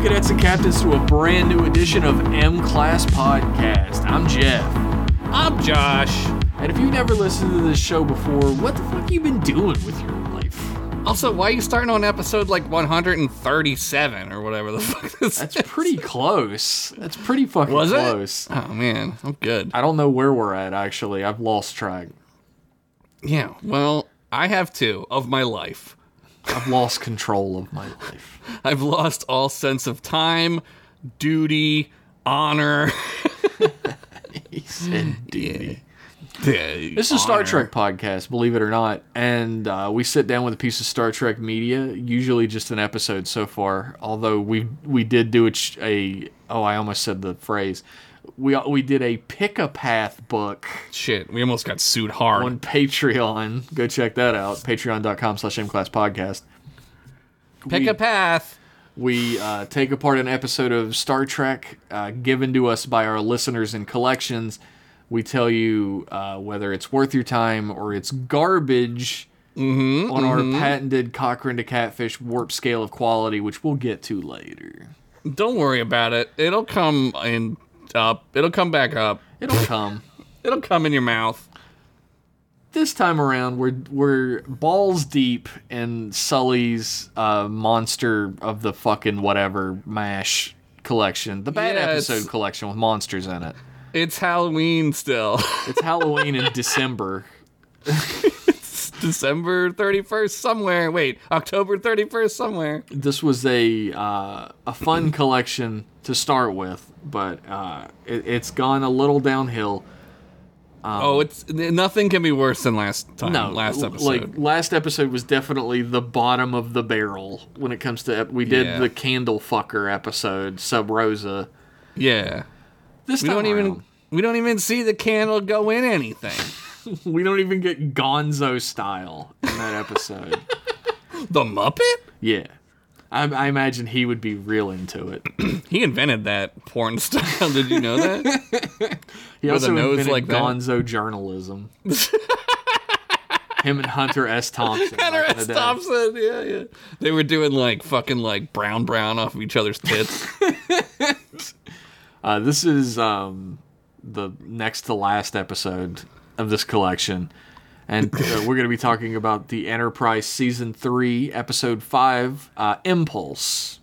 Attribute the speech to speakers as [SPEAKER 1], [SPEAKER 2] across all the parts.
[SPEAKER 1] cadets and captains to a brand new edition of M Class Podcast. I'm Jeff.
[SPEAKER 2] I'm Josh.
[SPEAKER 1] And if you've never listened to this show before, what the fuck you been doing with your life?
[SPEAKER 2] Also, why are you starting on episode like 137 or whatever the fuck this
[SPEAKER 1] That's
[SPEAKER 2] is?
[SPEAKER 1] pretty close. That's pretty fucking
[SPEAKER 2] Was it?
[SPEAKER 1] close.
[SPEAKER 2] Oh man, I'm good.
[SPEAKER 1] I don't know where we're at actually. I've lost track.
[SPEAKER 2] Yeah, well, I have two of my life.
[SPEAKER 1] I've lost control of my life.
[SPEAKER 2] I've lost all sense of time, duty, honor.
[SPEAKER 1] He said,
[SPEAKER 2] Yeah.
[SPEAKER 1] This is a Star Trek podcast, believe it or not, and uh, we sit down with a piece of Star Trek media, usually just an episode so far. Although we we did do a, ch- a oh, I almost said the phrase. We uh, we did a pick a path book
[SPEAKER 2] Shit, we almost got sued hard.
[SPEAKER 1] on Patreon. Go check that out. Patreon.com/slash mclasspodcast. podcast.
[SPEAKER 2] Pick
[SPEAKER 1] we-
[SPEAKER 2] a path.
[SPEAKER 1] We uh, take apart an episode of Star Trek uh, given to us by our listeners in collections. We tell you uh, whether it's worth your time or it's garbage on our patented Cochrane to Catfish warp scale of quality, which we'll get to later.
[SPEAKER 2] Don't worry about it. It'll come in up. It'll come back up.
[SPEAKER 1] It'll come.
[SPEAKER 2] It'll come in your mouth.
[SPEAKER 1] This time around, we're we're balls deep in Sully's uh, monster of the fucking whatever mash collection, the bad
[SPEAKER 2] Yeah, it's-
[SPEAKER 1] episode collection with monsters in it.
[SPEAKER 2] It's Halloween still.
[SPEAKER 1] It's Halloween in December.
[SPEAKER 2] December 31st somewhere. Wait, October 31st somewhere.
[SPEAKER 1] This was a uh, a fun collection to start with, but uh, it, it's gone a little downhill.
[SPEAKER 2] oh, it's n- nothing can be worse than last time.
[SPEAKER 1] Um, No,
[SPEAKER 2] last
[SPEAKER 1] l-
[SPEAKER 2] episode.
[SPEAKER 1] Like last episode was definitely the bottom of the barrel when it comes to ep- we did
[SPEAKER 2] Yeah.
[SPEAKER 1] the candle fucker episode sub rosa.
[SPEAKER 2] yeah,
[SPEAKER 1] This
[SPEAKER 2] we
[SPEAKER 1] time
[SPEAKER 2] don't even we don't even see the candle go in anything.
[SPEAKER 1] even we don't even get Gonzo style in that episode.
[SPEAKER 2] the Muppet?
[SPEAKER 1] yeah, I, I imagine he would be real into it.
[SPEAKER 2] He invented that porn style. Did you know that?
[SPEAKER 1] He
[SPEAKER 2] With a
[SPEAKER 1] also
[SPEAKER 2] nose
[SPEAKER 1] invented
[SPEAKER 2] like that?
[SPEAKER 1] Gonzo journalism. Him and Hunter S. Thompson.
[SPEAKER 2] Hunter
[SPEAKER 1] back in
[SPEAKER 2] S.
[SPEAKER 1] the day.
[SPEAKER 2] Thompson. Yeah, yeah. They were doing like fucking like brown brown off of each other's tits.
[SPEAKER 1] Uh, this is um, the next to last episode of this collection, and uh, we're going to be talking about the Enterprise season three, episode five, uh, Impulse.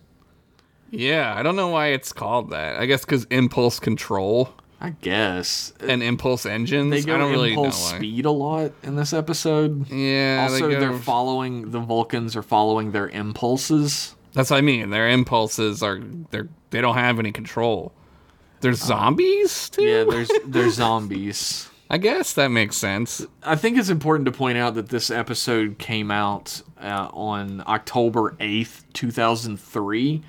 [SPEAKER 2] yeah, I don't know why it's called that. I guess because impulse control
[SPEAKER 1] I guess
[SPEAKER 2] and impulse engines.
[SPEAKER 1] they go
[SPEAKER 2] I don't really know why.
[SPEAKER 1] impulse speed a lot in this episode.
[SPEAKER 2] Yeah.
[SPEAKER 1] also,
[SPEAKER 2] they
[SPEAKER 1] they
[SPEAKER 2] go-
[SPEAKER 1] are following the Vulcans are following their impulses.
[SPEAKER 2] That's what I mean. Their impulses are they're they don't have any control. They're zombies too.
[SPEAKER 1] Uh, Yeah, there's they're zombies.
[SPEAKER 2] I guess that makes sense.
[SPEAKER 1] I think it's important to point out that this episode came out uh, on October 8th, 2003.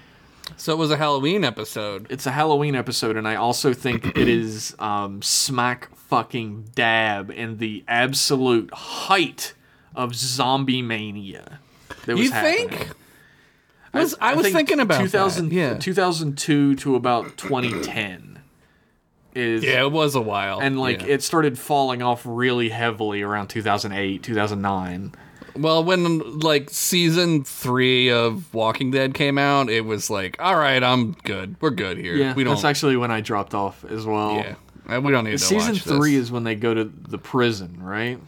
[SPEAKER 2] So it was a Halloween episode.
[SPEAKER 1] It's a Halloween episode, and I also think it is um, smack fucking dab in the absolute height of zombie mania. That was
[SPEAKER 2] You
[SPEAKER 1] happening.
[SPEAKER 2] think? Was, I, was
[SPEAKER 1] think
[SPEAKER 2] thinking about
[SPEAKER 1] 2000,
[SPEAKER 2] that. Yeah.
[SPEAKER 1] 2002 to about 2010 is
[SPEAKER 2] yeah, it was a while.
[SPEAKER 1] and like
[SPEAKER 2] yeah.
[SPEAKER 1] it started falling off really heavily around 2008 2009
[SPEAKER 2] well, when like season three of Walking Dead came out, it was like, all right, I'm good. We're good here.
[SPEAKER 1] Yeah,
[SPEAKER 2] we don't.
[SPEAKER 1] that's actually when I dropped off as well.
[SPEAKER 2] yeah, Uh, we don't need to
[SPEAKER 1] Season
[SPEAKER 2] watch
[SPEAKER 1] three
[SPEAKER 2] This.
[SPEAKER 1] is when they go to the prison, right?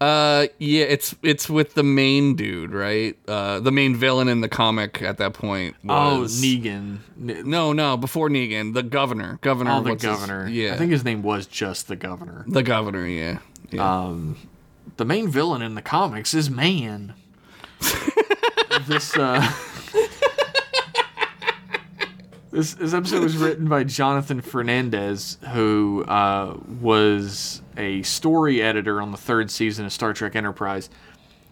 [SPEAKER 2] Uh, yeah, it's it's with the main dude, right? Uh, the main villain in the comic at that point. Was,
[SPEAKER 1] Oh, Negan. Ne-
[SPEAKER 2] No, no, before Negan, the governor, governor,
[SPEAKER 1] Oh, the
[SPEAKER 2] what's his-
[SPEAKER 1] governor.
[SPEAKER 2] yeah,
[SPEAKER 1] I think his name was just the governor.
[SPEAKER 2] the governor, yeah, yeah.
[SPEAKER 1] Uh, The main villain in the comics is man. this uh This, this episode was written by Jonathan Fernandez, who uh, was a story editor on the third season of Star Trek Enterprise.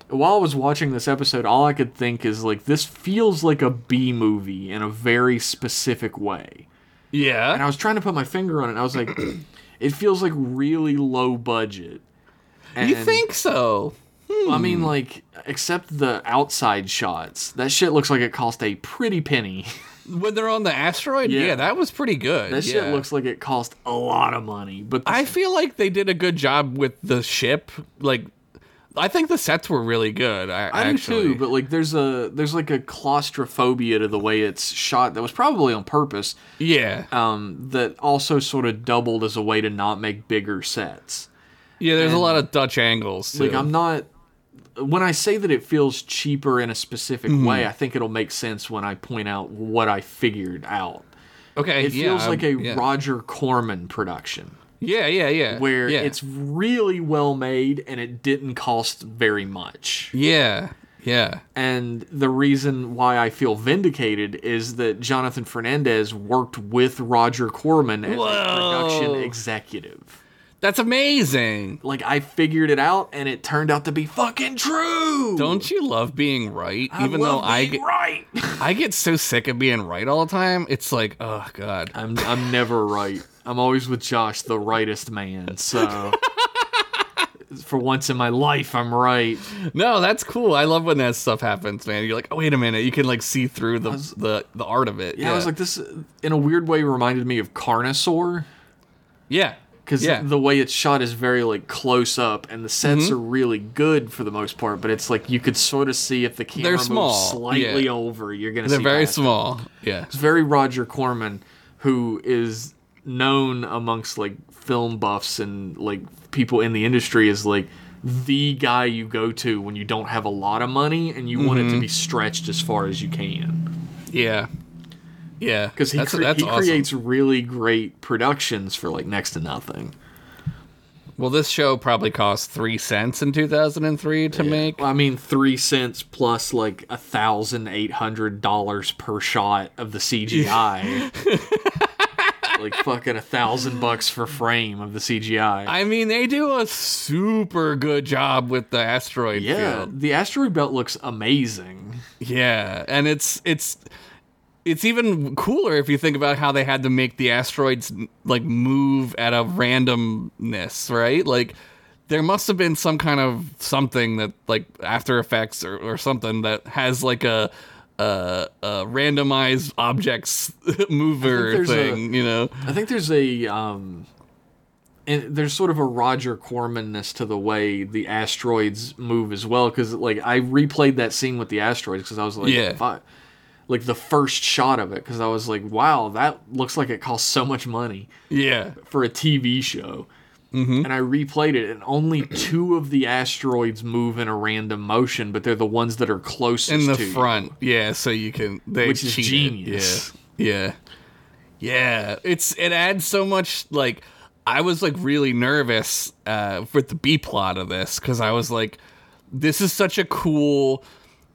[SPEAKER 1] While I was watching this episode, all I could think is like, this feels like a B movie in a very specific way and
[SPEAKER 2] yeah.
[SPEAKER 1] I was trying to put my finger on it. And I was like, it feels like really low budget. And,
[SPEAKER 2] You think so?
[SPEAKER 1] I mean, like, except the outside shots. That shit looks like it cost a pretty penny.
[SPEAKER 2] When they're on the asteroid,
[SPEAKER 1] Yeah.
[SPEAKER 2] yeah, that was pretty good.
[SPEAKER 1] That
[SPEAKER 2] yeah.
[SPEAKER 1] shit looks like it cost a lot of money. But the,
[SPEAKER 2] I feel like they did a good job with the ship, like I think the sets were really good. I,
[SPEAKER 1] I do
[SPEAKER 2] actually,
[SPEAKER 1] too, but like there's a there's like a claustrophobia to the way it's shot that was probably on purpose.
[SPEAKER 2] yeah,
[SPEAKER 1] Um, that also sort of doubled as a way to not make bigger sets.
[SPEAKER 2] yeah. There's a lot of Dutch angles. Too.
[SPEAKER 1] Like I'm not when I say that it feels cheaper in a specific
[SPEAKER 2] Mm-hmm.
[SPEAKER 1] way, I think it'll make sense when I point out what I figured out.
[SPEAKER 2] okay.
[SPEAKER 1] It
[SPEAKER 2] yeah,
[SPEAKER 1] feels
[SPEAKER 2] I'm-
[SPEAKER 1] like a
[SPEAKER 2] yeah.
[SPEAKER 1] Roger Corman production
[SPEAKER 2] Yeah, yeah, yeah.
[SPEAKER 1] where
[SPEAKER 2] yeah.
[SPEAKER 1] it's really well made and it didn't cost very much.
[SPEAKER 2] yeah, yeah.
[SPEAKER 1] And the reason why I feel vindicated is that Jonathan Fernandez worked with Roger Corman as a
[SPEAKER 2] Whoa.
[SPEAKER 1] production executive.
[SPEAKER 2] That's amazing.
[SPEAKER 1] Like I figured it out, and it turned out to be fucking true.
[SPEAKER 2] Don't you love being right?
[SPEAKER 1] I
[SPEAKER 2] Even
[SPEAKER 1] love
[SPEAKER 2] though I
[SPEAKER 1] being
[SPEAKER 2] get,
[SPEAKER 1] right,
[SPEAKER 2] I get so sick of being right all the time. It's like, oh god.
[SPEAKER 1] I'm I'm never right. I'm always with Josh, the rightest man. So for once in my life, I'm right.
[SPEAKER 2] No, that's cool. I love when that stuff happens, man. You're like, oh wait a minute, you can like see through the the, the art of it.
[SPEAKER 1] Yeah, I was like, this in a weird way reminded me of Carnosaur.
[SPEAKER 2] yeah,
[SPEAKER 1] because
[SPEAKER 2] yeah, Mm-hmm.
[SPEAKER 1] the way it's shot is very like close up, and the sets are really good for the most part. But it's like you could sort of see if the camera moves
[SPEAKER 2] small,
[SPEAKER 1] slightly
[SPEAKER 2] yeah.
[SPEAKER 1] over, you're gonna.
[SPEAKER 2] they're
[SPEAKER 1] see
[SPEAKER 2] very
[SPEAKER 1] past it.
[SPEAKER 2] small. Yeah,
[SPEAKER 1] It's very Roger Corman, who is known amongst like film buffs and like people in the industry as like the guy you go to when you don't have a lot of money and you want it
[SPEAKER 2] Mm-hmm.
[SPEAKER 1] to be stretched as far as you can.
[SPEAKER 2] yeah, yeah.
[SPEAKER 1] Because he,
[SPEAKER 2] that's,
[SPEAKER 1] cre-
[SPEAKER 2] that's
[SPEAKER 1] he
[SPEAKER 2] awesome.
[SPEAKER 1] creates really great productions for like next to nothing.
[SPEAKER 2] Well, this show probably cost three cents in 2003 to make.
[SPEAKER 1] Well, I mean, three cents plus like a thousand eight hundred dollars per shot of the CGI. like fucking a thousand bucks for frame of the CGI.
[SPEAKER 2] I mean, they do a super good job with the asteroid
[SPEAKER 1] yeah,
[SPEAKER 2] field.
[SPEAKER 1] the asteroid belt looks amazing.
[SPEAKER 2] Yeah, and it's it's it's even cooler if you think about how they had to make the asteroids like move at a randomness, right? Like there must have been some kind of something that like After Effects or, or something that has like a a, a randomized objects mover
[SPEAKER 1] there's a-
[SPEAKER 2] thing, you know?
[SPEAKER 1] I think there's a um, and there's sort of a Roger Cormanness to the way the asteroids move as well. Because like I replayed that scene with the asteroids because I was like,
[SPEAKER 2] Yeah.
[SPEAKER 1] "Fuck." Like the first shot of it, because I was like, "Wow, that looks like it cost so much money."
[SPEAKER 2] Yeah.
[SPEAKER 1] for a TV show.
[SPEAKER 2] Mm-hmm.
[SPEAKER 1] And I replayed it, and only two of the asteroids move in a random motion, but they're the ones that are closest
[SPEAKER 2] in the
[SPEAKER 1] to you.
[SPEAKER 2] front. Yeah, so you can they
[SPEAKER 1] Which is
[SPEAKER 2] cheated.
[SPEAKER 1] genius.
[SPEAKER 2] Yeah. yeah. Yeah. It's it adds so much like I was like really nervous uh with the B plot of this cuz I was like this is such a cool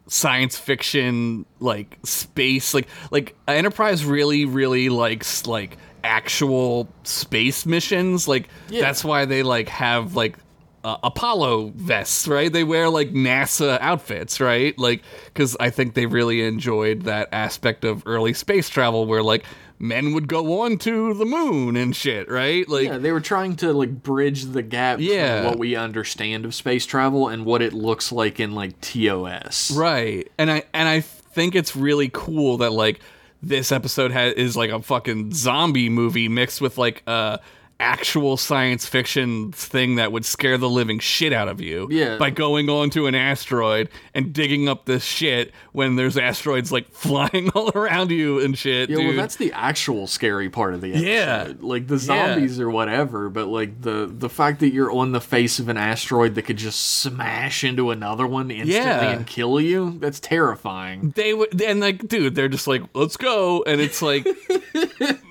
[SPEAKER 2] science fiction like space like like Enterprise really really likes like actual space missions like
[SPEAKER 1] Yeah.
[SPEAKER 2] that's why they like have like uh, Apollo vests right they wear like NASA outfits right like cuz I think they really enjoyed that aspect of early space travel where like men would go on to the moon and shit right like
[SPEAKER 1] Yeah, they were trying to like bridge the gap between
[SPEAKER 2] Yeah.
[SPEAKER 1] what we understand of space travel and what it looks like in like TOS.
[SPEAKER 2] Right. And I and I think it's really cool that like this episode ha- is like a fucking zombie movie mixed with like a actual science fiction thing that would scare the living shit out of you
[SPEAKER 1] Yeah.
[SPEAKER 2] by going onto an asteroid and digging up this shit when there's asteroids like flying all around you and shit
[SPEAKER 1] Yeah,
[SPEAKER 2] dude.
[SPEAKER 1] well, that's the actual scary part of the episode.
[SPEAKER 2] Yeah.
[SPEAKER 1] like the zombies or whatever, but like the the fact that you're on the face of an asteroid that could just smash into another one instantly
[SPEAKER 2] Yeah.
[SPEAKER 1] and kill you—that's terrifying.
[SPEAKER 2] they would and like dude they're just like let's go and it's like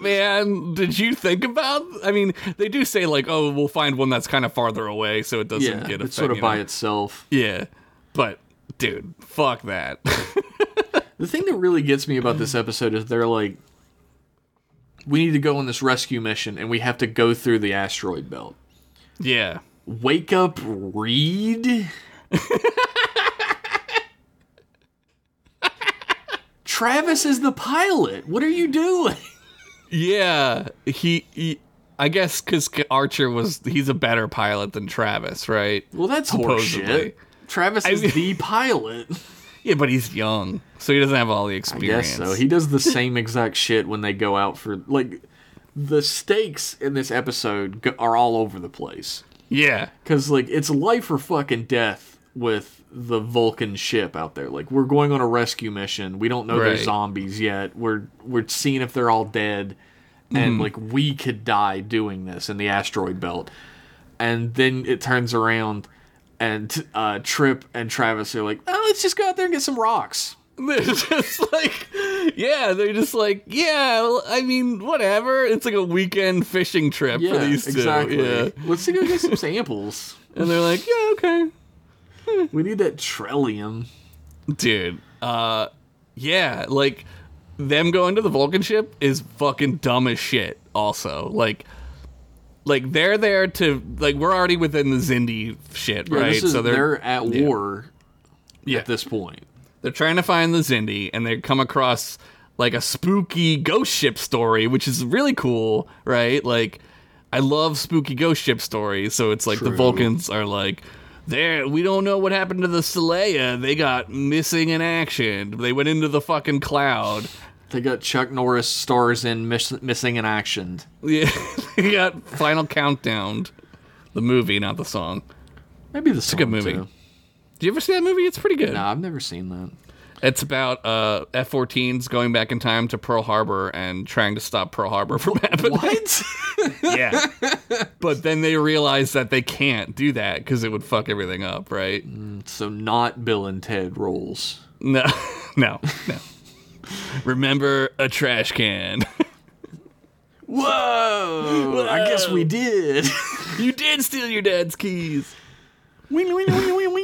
[SPEAKER 2] man did you think about i mean they do say like oh we'll find one that's kind of farther away so it doesn't
[SPEAKER 1] yeah,
[SPEAKER 2] get affected
[SPEAKER 1] it's sort of by itself.
[SPEAKER 2] yeah but dude fuck that
[SPEAKER 1] The thing that really gets me about this episode is they're like, we need to go on this rescue mission, and we have to go through the asteroid belt.
[SPEAKER 2] yeah
[SPEAKER 1] Wake up, Reed. Travis is the pilot. What are you doing?
[SPEAKER 2] yeah he, he i guess because archer was he's a better pilot than travis right
[SPEAKER 1] Well, that's horseshit.
[SPEAKER 2] Supposedly.
[SPEAKER 1] Travis is
[SPEAKER 2] mean-
[SPEAKER 1] the pilot.
[SPEAKER 2] yeah but he's young so he doesn't have all the
[SPEAKER 1] Yes,
[SPEAKER 2] experience
[SPEAKER 1] so he does the same exact shit when they go out for like the stakes in this episode go- are all over the place.
[SPEAKER 2] yeah
[SPEAKER 1] Because, like, it's life or fucking death with the Vulcan ship out there. Like we're going on a rescue mission. We don't know
[SPEAKER 2] Right.
[SPEAKER 1] they're zombies yet. We're we're seeing if they're all dead,
[SPEAKER 2] Mm-hmm.
[SPEAKER 1] and like we could die doing this in the asteroid belt. And then it turns around, and uh, Trip and Travis are like, "Oh, let's just go out there and get some rocks."
[SPEAKER 2] They're just like, yeah, they're just like, yeah. well, I mean, whatever. It's like a weekend fishing trip for these two.
[SPEAKER 1] exactly.
[SPEAKER 2] Yeah,
[SPEAKER 1] Let's go get some samples.
[SPEAKER 2] and they're like, yeah, okay,
[SPEAKER 1] We need that trillium.
[SPEAKER 2] dude. Uh, yeah, like them going to the Vulcan ship is fucking dumb as shit. Also, like. Like they're there to like we're already within the Zindi shit,
[SPEAKER 1] Yeah,
[SPEAKER 2] right?
[SPEAKER 1] this is,
[SPEAKER 2] so
[SPEAKER 1] they're,
[SPEAKER 2] they're
[SPEAKER 1] at
[SPEAKER 2] yeah.
[SPEAKER 1] war
[SPEAKER 2] Yeah.
[SPEAKER 1] at this point.
[SPEAKER 2] They're trying to find the Zindi, and they come across like a spooky ghost ship story, which is really cool, right? Like, I love spooky ghost ship stories. So it's like the
[SPEAKER 1] True.
[SPEAKER 2] Vulcans are like, there, we don't know what happened to the Seleia. They got missing in action. They went into the fucking cloud.
[SPEAKER 1] They got Chuck Norris stars in miss- Missing in Action.
[SPEAKER 2] Yeah, they got Final Countdown, the movie, not the song.
[SPEAKER 1] Maybe the song
[SPEAKER 2] good movie.
[SPEAKER 1] Too.
[SPEAKER 2] Do you ever see that movie? It's pretty good.
[SPEAKER 1] No, I've never seen that.
[SPEAKER 2] It's about uh, F-14s going back in time to Pearl Harbor and trying to stop Pearl Harbor from happening.
[SPEAKER 1] What?
[SPEAKER 2] yeah. But then they realize that they can't do that because it would fuck everything up, right?
[SPEAKER 1] so not Bill and Ted roles.
[SPEAKER 2] No, no, no. Remember a trash can.
[SPEAKER 1] Whoa! I guess we did.
[SPEAKER 2] you did steal your dad's keys.
[SPEAKER 1] Wing, wing, wing, wing,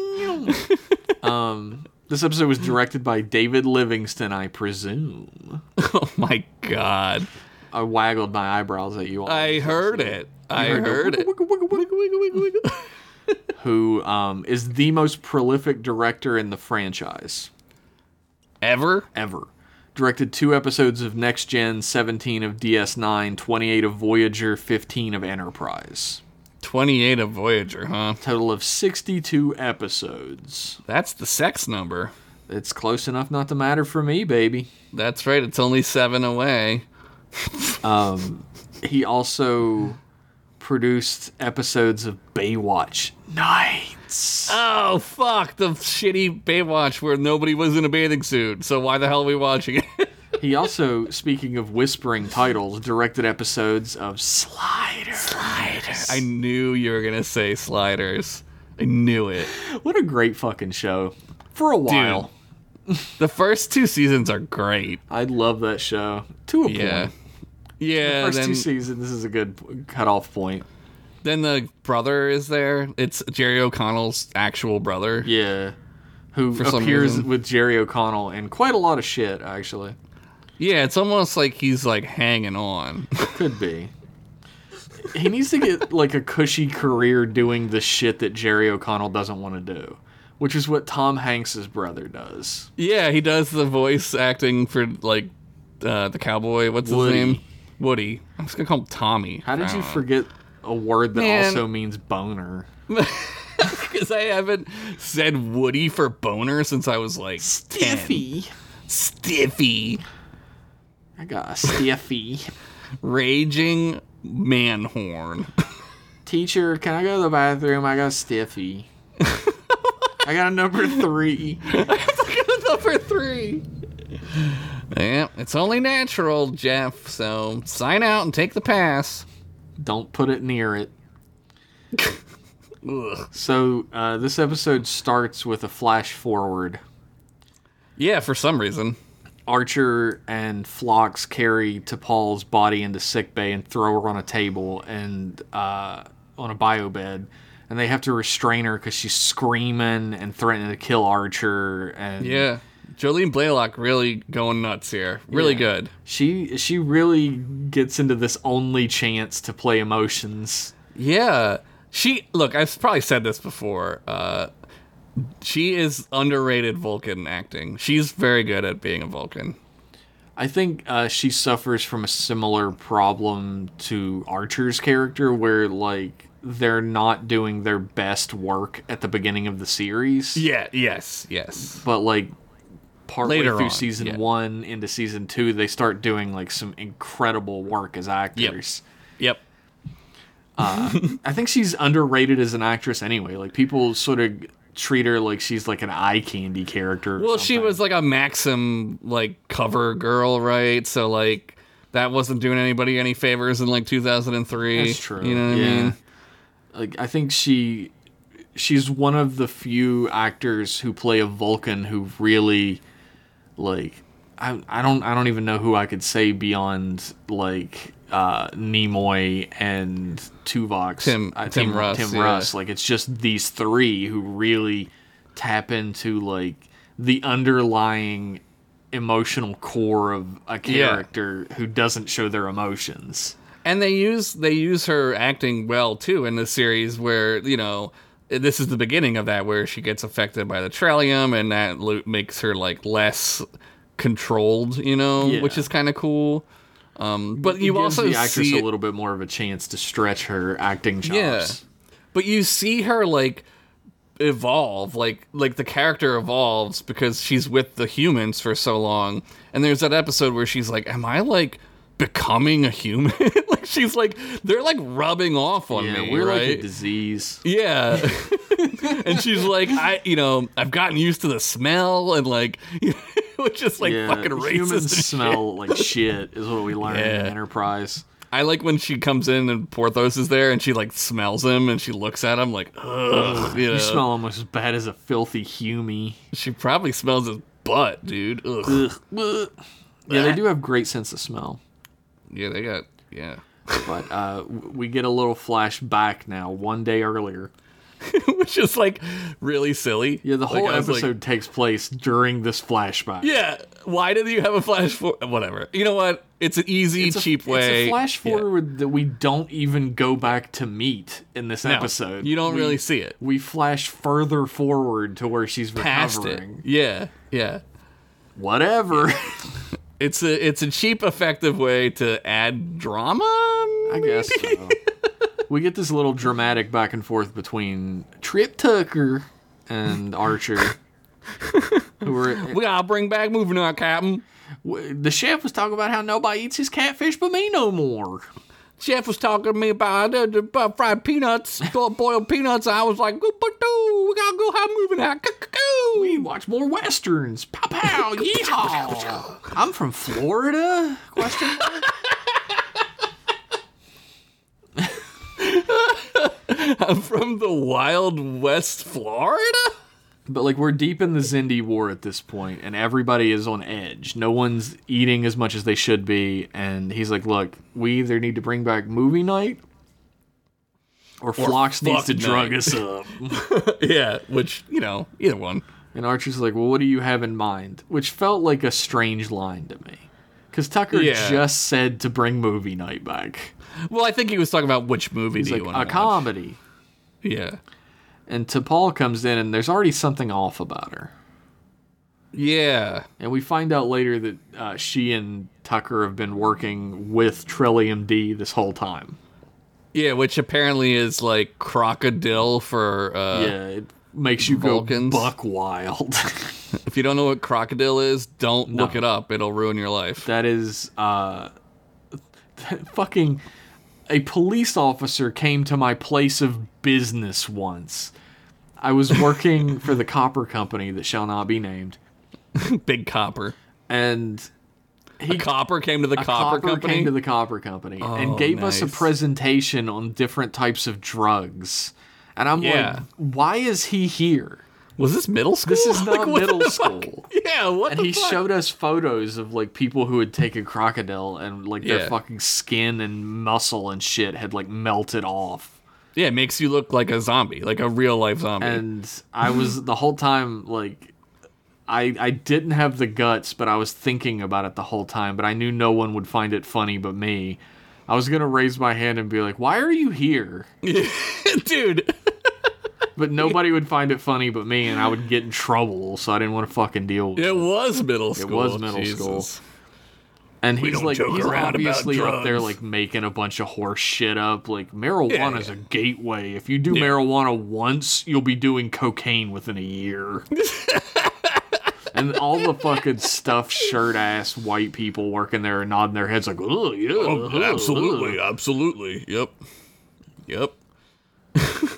[SPEAKER 1] wing. um, this episode was directed by David Livingston, I presume.
[SPEAKER 2] Oh my god.
[SPEAKER 1] I waggled my eyebrows at you. All
[SPEAKER 2] I heard it. I heard it.
[SPEAKER 1] Who um, is the most prolific director in the franchise?
[SPEAKER 2] Ever?
[SPEAKER 1] ever. Directed two episodes of Next Gen, 17 of DS9, 28 of Voyager, 15 of Enterprise.
[SPEAKER 2] 28 of Voyager, huh?
[SPEAKER 1] Total of 62 episodes.
[SPEAKER 2] That's the sex number.
[SPEAKER 1] It's close enough not to matter for me, baby.
[SPEAKER 2] That's right. It's only seven away.
[SPEAKER 1] He also produced episodes of Baywatch Nights.
[SPEAKER 2] Oh fuck! The shitty Baywatch where nobody was in a bathing suit. So why the hell are we watching it?
[SPEAKER 1] He also, speaking of whispering titles, directed episodes of Slider. Sliders.
[SPEAKER 2] I knew you were gonna say sliders. I knew it.
[SPEAKER 1] What a great fucking show. For a while.
[SPEAKER 2] The first two seasons are great.
[SPEAKER 1] I love that show. To a
[SPEAKER 2] Yeah.
[SPEAKER 1] point.
[SPEAKER 2] Yeah,
[SPEAKER 1] First two
[SPEAKER 2] then,
[SPEAKER 1] seasons, this is a good p- cutoff point.
[SPEAKER 2] then the brother is there. It's Jerry O'Connell's actual brother.
[SPEAKER 1] Yeah. Who
[SPEAKER 2] some
[SPEAKER 1] appears
[SPEAKER 2] reason.
[SPEAKER 1] with Jerry O'Connell in quite a lot of shit, actually.
[SPEAKER 2] Yeah, it's almost like he's like hanging on.
[SPEAKER 1] Could be. he needs to get like a cushy career doing the shit that Jerry O'Connell doesn't want to do, which is what Tom Hanks's brother does.
[SPEAKER 2] yeah, he does the voice acting for like uh, the cowboy. What's
[SPEAKER 1] Woody.
[SPEAKER 2] his name? Woody. I'm just gonna call him Tommy.
[SPEAKER 1] How did you forget a word that
[SPEAKER 2] Man.
[SPEAKER 1] also means boner?
[SPEAKER 2] Because I haven't said Woody for boner since I was like 10. Stiffy.
[SPEAKER 1] I got a stiffy.
[SPEAKER 2] Raging man horn.
[SPEAKER 1] Teacher, can I go to the bathroom? I got a stiffy. I got a number three.
[SPEAKER 2] Number three. Yeah, it's only natural, Jeff. So sign out and take the pass.
[SPEAKER 1] Don't put it near it.
[SPEAKER 2] Ugh.
[SPEAKER 1] So uh, this episode starts with a flash forward.
[SPEAKER 2] Yeah, for some reason.
[SPEAKER 1] Archer and Phlox carry T'Pol's body into sickbay and throw her on a table and uh, on a bio bed, and they have to restrain her because she's screaming and threatening to kill Archer. And
[SPEAKER 2] Yeah, Jolene Blaylock really going nuts here. Really
[SPEAKER 1] Yeah.
[SPEAKER 2] good.
[SPEAKER 1] she she really gets into this only chance to play emotions.
[SPEAKER 2] Yeah. She look, I've probably said this before. Uh she is underrated Vulcan acting. She's very good at being a Vulcan.
[SPEAKER 1] I think uh, she suffers from a similar problem to Archer's character, where like they're not doing their best work at the beginning of the series,
[SPEAKER 2] Yeah, yes, yes.
[SPEAKER 1] but like partway
[SPEAKER 2] Later
[SPEAKER 1] through
[SPEAKER 2] on,
[SPEAKER 1] season
[SPEAKER 2] yeah.
[SPEAKER 1] one into season two, they start doing like some incredible work as actors.
[SPEAKER 2] Yep.
[SPEAKER 1] I think she's underrated as an actress anyway. Like people sort of treat her like she's like an eye candy character. or
[SPEAKER 2] Well, she
[SPEAKER 1] something.
[SPEAKER 2] was like a Maxim like cover girl, right? So like that wasn't doing anybody any favors in like 2003.
[SPEAKER 1] That's true.
[SPEAKER 2] You know what I
[SPEAKER 1] yeah.
[SPEAKER 2] mean?
[SPEAKER 1] Like I think she she's one of the few actors who play a Vulcan who really like I, I don't I don't even know who I could say beyond like uh, Nimoy and Tuvok.
[SPEAKER 2] Tim-
[SPEAKER 1] uh,
[SPEAKER 2] Tim Russ,
[SPEAKER 1] Tim
[SPEAKER 2] yeah.
[SPEAKER 1] Russ. Like it's just these three who really tap into like the underlying emotional core of a character who doesn't show their emotions.
[SPEAKER 2] And they use they use her acting well too in the series where you know this is the beginning of that where she gets affected by the trillium and that lo- makes her like less controlled, you know,
[SPEAKER 1] Yeah.
[SPEAKER 2] which is kind of cool. Um, but you
[SPEAKER 1] gives
[SPEAKER 2] also
[SPEAKER 1] the actress
[SPEAKER 2] see
[SPEAKER 1] a little bit more of a chance to stretch her acting chops.
[SPEAKER 2] Yeah. But you see her like evolve, like like the character evolves because she's with the humans for so long. And there's that episode where she's like, "Am I like becoming a human?" like she's like, they're like rubbing off on
[SPEAKER 1] Yeah,
[SPEAKER 2] me,
[SPEAKER 1] we're
[SPEAKER 2] right?
[SPEAKER 1] like a disease.
[SPEAKER 2] Yeah. and she's like, I, you know, I've gotten used to the smell and like, which is like
[SPEAKER 1] yeah,
[SPEAKER 2] fucking racist. and
[SPEAKER 1] humans
[SPEAKER 2] shit.
[SPEAKER 1] smell like shit is what we learned in
[SPEAKER 2] Yeah.
[SPEAKER 1] Enterprise.
[SPEAKER 2] I like when she comes in and Porthos is there and she like smells him and she looks at him like, ugh, you, know?
[SPEAKER 1] You smell almost as bad as a filthy humie.
[SPEAKER 2] She probably smells his butt, dude. Ugh.
[SPEAKER 1] Ugh. Bleh. Yeah, they do have great sense of smell.
[SPEAKER 2] Yeah, they got yeah.
[SPEAKER 1] But uh, w- we get a little flashback now, one day earlier.
[SPEAKER 2] Which is like really silly.
[SPEAKER 1] Yeah, the
[SPEAKER 2] Like,
[SPEAKER 1] whole
[SPEAKER 2] I was like,
[SPEAKER 1] episode takes place during this flashback.
[SPEAKER 2] yeah, why did you have a flash for whatever? You know what? It's an easy,
[SPEAKER 1] It's a-
[SPEAKER 2] cheap way.
[SPEAKER 1] It's a flash
[SPEAKER 2] Yeah.
[SPEAKER 1] forward that we don't even go back to meet in this
[SPEAKER 2] No,
[SPEAKER 1] episode.
[SPEAKER 2] You don't
[SPEAKER 1] We-
[SPEAKER 2] really see it.
[SPEAKER 1] we flash further forward to where she's
[SPEAKER 2] Past it.
[SPEAKER 1] recovering.
[SPEAKER 2] Yeah, yeah.
[SPEAKER 1] Whatever.
[SPEAKER 2] It's a it's a cheap, effective way to add drama.
[SPEAKER 1] I guess so. We get this little dramatic back and forth between Trip Tucker and Archer. who are-
[SPEAKER 2] We gotta bring back moving on, Captain.
[SPEAKER 1] w- the chef was talking about how nobody eats his catfish but me no more.
[SPEAKER 2] Chef was talking to me about, uh, about fried peanuts, bo- boiled peanuts. I was like, "Goo-ba-doo, we gotta go have moving on. Coo-coo-coo."
[SPEAKER 1] We watch more westerns. Pow pow, yeehaw! I'm from Florida? Question mark?
[SPEAKER 2] I'm from the wild west Florida?
[SPEAKER 1] But like we're deep in the Zindi war at this point, and everybody is on edge. No one's eating as much as they should be, and he's like, "Look, we either need to bring back movie night, or, Phlox needs
[SPEAKER 2] fuck
[SPEAKER 1] to drug
[SPEAKER 2] night."
[SPEAKER 1] us up."
[SPEAKER 2] yeah, which, you know, either one.
[SPEAKER 1] and Archer's like, "Well, what do you have in mind?" Which felt like a strange line to me, because Tucker
[SPEAKER 2] Yeah.
[SPEAKER 1] just said to bring movie night back.
[SPEAKER 2] Well, I think he was talking about which movie
[SPEAKER 1] He's
[SPEAKER 2] do
[SPEAKER 1] like
[SPEAKER 2] you
[SPEAKER 1] a
[SPEAKER 2] want to watch.
[SPEAKER 1] comedy,
[SPEAKER 2] Yeah.
[SPEAKER 1] and T'Pol comes in, and there's already something off about her.
[SPEAKER 2] Yeah.
[SPEAKER 1] And we find out later that uh, she and Tucker have been working with Trillium D this whole time.
[SPEAKER 2] Yeah, which apparently is like crocodile for uh
[SPEAKER 1] yeah, it makes you
[SPEAKER 2] Vulcans.
[SPEAKER 1] go buck wild.
[SPEAKER 2] if you don't know what crocodile is, don't look it up. It'll ruin your life.
[SPEAKER 1] that is uh, that fucking. A police officer came to my place of business once. I was working for the copper company that shall not be named,
[SPEAKER 2] Big copper.
[SPEAKER 1] and
[SPEAKER 2] The copper came to the copper, company. Oh,
[SPEAKER 1] came to the copper company and gave us a
[SPEAKER 2] nice. Oh,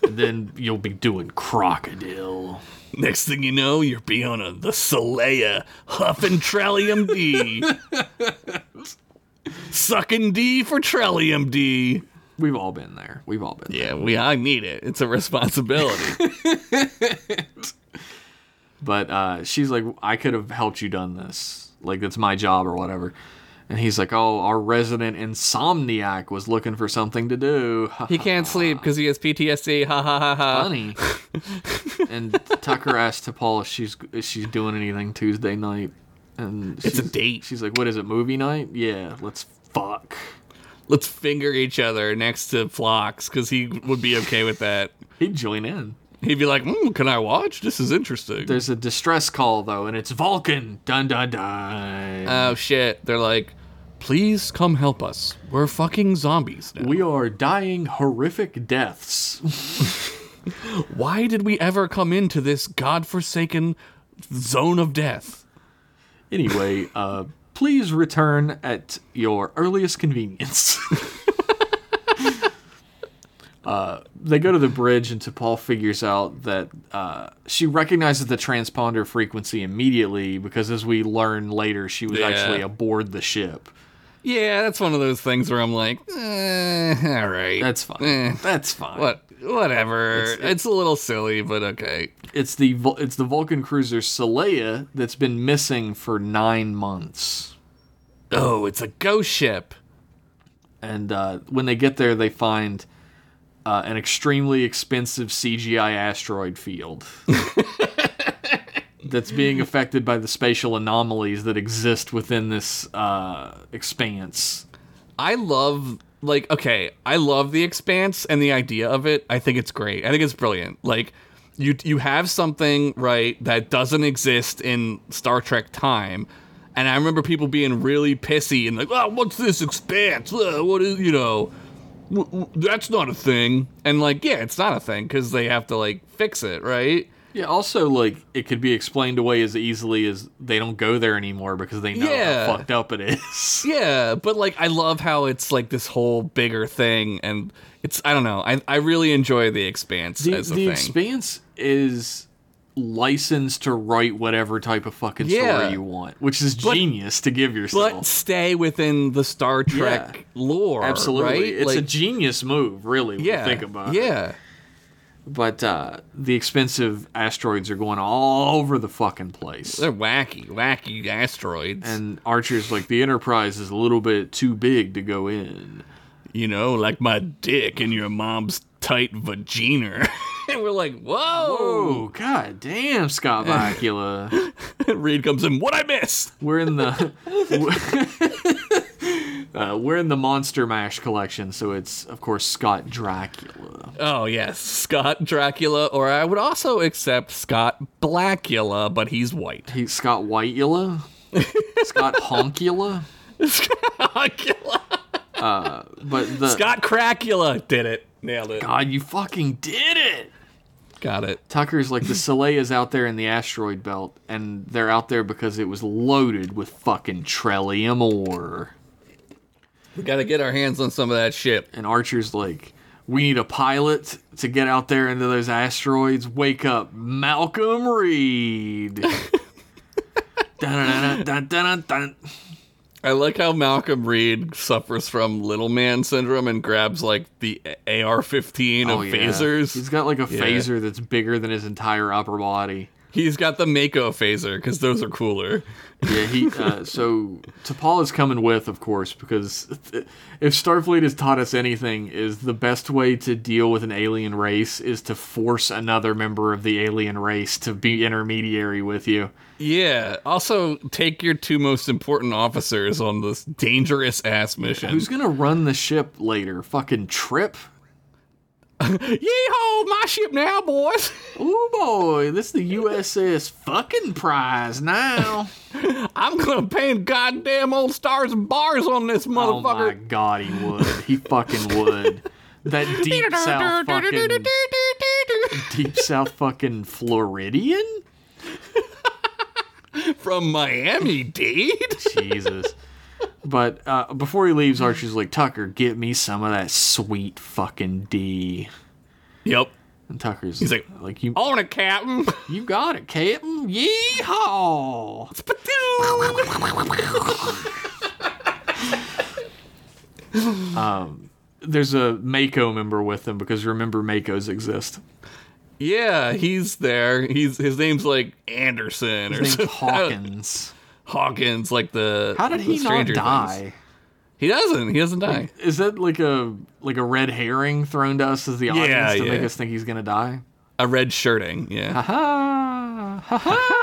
[SPEAKER 1] and then you'll be doing crocodile.
[SPEAKER 2] Next thing you know, you're being on the Saleya huffing Trellium D. Sucking D for Trellium D.
[SPEAKER 1] We've all been there. We've all been.
[SPEAKER 2] Yeah, we I need it. It's a responsibility.
[SPEAKER 1] But uh, she's like, I could have helped you done this. Like that's my job or whatever. And he's like, Oh, our resident insomniac was looking for something to do.
[SPEAKER 2] he can't sleep because he has PTSD. Ha ha ha ha.
[SPEAKER 1] funny. and Tucker asked to Paul if she's if she's doing anything Tuesday night, and
[SPEAKER 2] It's a
[SPEAKER 1] she's-
[SPEAKER 2] date.
[SPEAKER 1] She's like, "What is it? Movie night? Yeah, let's fuck."
[SPEAKER 2] Let's finger each other next to Phlox because he would be okay with that.
[SPEAKER 1] He'd join in.
[SPEAKER 2] He'd be like, mm, "Can I watch? This is interesting."
[SPEAKER 1] There's a distress call though, and it's Vulcan. Dun dun dun.
[SPEAKER 2] oh shit! They're like, "Please come help us. We're fucking zombies now.
[SPEAKER 1] we are dying horrific deaths.
[SPEAKER 2] Why did we ever come into this godforsaken zone of death?"
[SPEAKER 1] anyway, uh, please return at your earliest convenience. Uh, they go to the bridge, and T'Pol figures out that uh, she recognizes the transponder frequency immediately because, as we learn later, she was
[SPEAKER 2] Yeah.
[SPEAKER 1] actually aboard the ship.
[SPEAKER 2] Yeah, that's one of those things where I'm like, eh, all right,
[SPEAKER 1] That's fine.
[SPEAKER 2] Eh.
[SPEAKER 1] That's fine.
[SPEAKER 2] what, whatever. It's, a little silly, but okay.
[SPEAKER 1] It's the Vul- it's the Vulcan cruiser Saleya that's been missing for nine months.
[SPEAKER 2] Oh, it's a ghost ship.
[SPEAKER 1] and uh, when they get there, they find uh, an extremely expensive CGI asteroid field that's being affected by the spatial anomalies that exist within this uh, expanse.
[SPEAKER 2] I love like okay, I love the expanse and the idea of it. I think it's great. I think it's brilliant. Like you you have something right that doesn't exist in Star Trek time. And I remember people being really pissy and like, "Oh, what's this expanse? Uh, what is, you know, w- w- that's not a thing." And like, yeah, it's not a thing cuz they have to like fix it, right?
[SPEAKER 1] Yeah. Also, like it could be explained away as easily as they don't go there anymore because they know
[SPEAKER 2] Yeah.
[SPEAKER 1] how fucked up it is.
[SPEAKER 2] Yeah, but like I love how it's like this whole bigger thing and it's I don't know. I I really enjoy the expanse
[SPEAKER 1] the
[SPEAKER 2] as a
[SPEAKER 1] the
[SPEAKER 2] thing.
[SPEAKER 1] expanse is licensed to write whatever type of fucking
[SPEAKER 2] Yeah.
[SPEAKER 1] story you want, which is genius to give yourself.
[SPEAKER 2] but stay within the Star Trek
[SPEAKER 1] Yeah.
[SPEAKER 2] lore.
[SPEAKER 1] Absolutely.
[SPEAKER 2] right?
[SPEAKER 1] It's a
[SPEAKER 2] Like,
[SPEAKER 1] genius move, really, when
[SPEAKER 2] yeah,
[SPEAKER 1] you think about it.
[SPEAKER 2] yeah.
[SPEAKER 1] But uh, the expensive asteroids are going all over the fucking place.
[SPEAKER 2] They're wacky, wacky asteroids.
[SPEAKER 1] And Archer's like, the Enterprise is a little bit too big to go in.
[SPEAKER 2] you know, like my dick and your mom's tight vagina. and we're like, whoa.
[SPEAKER 1] Oh, god damn, Scott Bakula.
[SPEAKER 2] Reed comes in, what I missed?
[SPEAKER 1] we're in the. Uh, we're in the Monster Mash collection, so it's of course Scott Dracula.
[SPEAKER 2] Oh, yes. Scott Dracula, or I would also accept Scott Blackula, but he's white.
[SPEAKER 1] He's Scott Whiteula, Scott Honkula,
[SPEAKER 2] Blackula.
[SPEAKER 1] but the
[SPEAKER 2] Scott Crackula did it. Nailed it.
[SPEAKER 1] God, you fucking did it!
[SPEAKER 2] Got it.
[SPEAKER 1] Tucker's like the Soleil is out there in the asteroid belt, and they're out there because it was loaded with fucking trillium ore.
[SPEAKER 2] We got to get our hands on some of that shit.
[SPEAKER 1] And Archer's like, we need a pilot to get out there into those asteroids. Wake up, Malcolm Reed. Dun-dun-dun-dun, dun-dun-dun.
[SPEAKER 2] I like how Malcolm Reed suffers from little man syndrome and grabs like the AR 15 of
[SPEAKER 1] Oh, yeah. He's
[SPEAKER 2] phasers.
[SPEAKER 1] got like a phaser that's bigger than his entire upper body.
[SPEAKER 2] He's got the Mako phaser because those are cooler.
[SPEAKER 1] Yeah, he. Uh, so T'Pol is coming with, of course, because if Starfleet has taught us anything, is the best way to deal with an alien race is to force another member of the alien race to be intermediary with you.
[SPEAKER 2] Yeah. Also, take your two most important officers on this dangerous ass mission.
[SPEAKER 1] Who's gonna run the ship later? Fucking Trip.
[SPEAKER 2] Yeehaw, my ship now, boys.
[SPEAKER 1] Oh boy, this the USS fucking prize now.
[SPEAKER 2] I'm gonna paint goddamn old stars and bars on this
[SPEAKER 1] oh my
[SPEAKER 2] motherfucker.
[SPEAKER 1] god, he would. He fucking would. That deep south fucking deep south fucking Floridian.
[SPEAKER 2] From Miami, Dade.
[SPEAKER 1] Jesus. But uh, before he leaves, Archer's like, Tucker, get me some of that sweet fucking D.
[SPEAKER 2] Yep.
[SPEAKER 1] And Tucker's
[SPEAKER 2] He's like,
[SPEAKER 1] like you,
[SPEAKER 2] On it, Captain.
[SPEAKER 1] you got it, Captain. Yeehaw! There's a Mako member with them because remember Makos exist.
[SPEAKER 2] yeah, he's there. He's his name's like Anderson or
[SPEAKER 1] His name's
[SPEAKER 2] something.
[SPEAKER 1] Hawkins.
[SPEAKER 2] Hawkins, like the
[SPEAKER 1] How did
[SPEAKER 2] the
[SPEAKER 1] he not
[SPEAKER 2] Stranger Things.
[SPEAKER 1] die?
[SPEAKER 2] He doesn't. He doesn't die.
[SPEAKER 1] Is that like a like a red herring thrown to us as the audience to
[SPEAKER 2] yeah.
[SPEAKER 1] make us think he's gonna die?
[SPEAKER 2] A red shirting. Yeah.
[SPEAKER 1] Ha ha ha.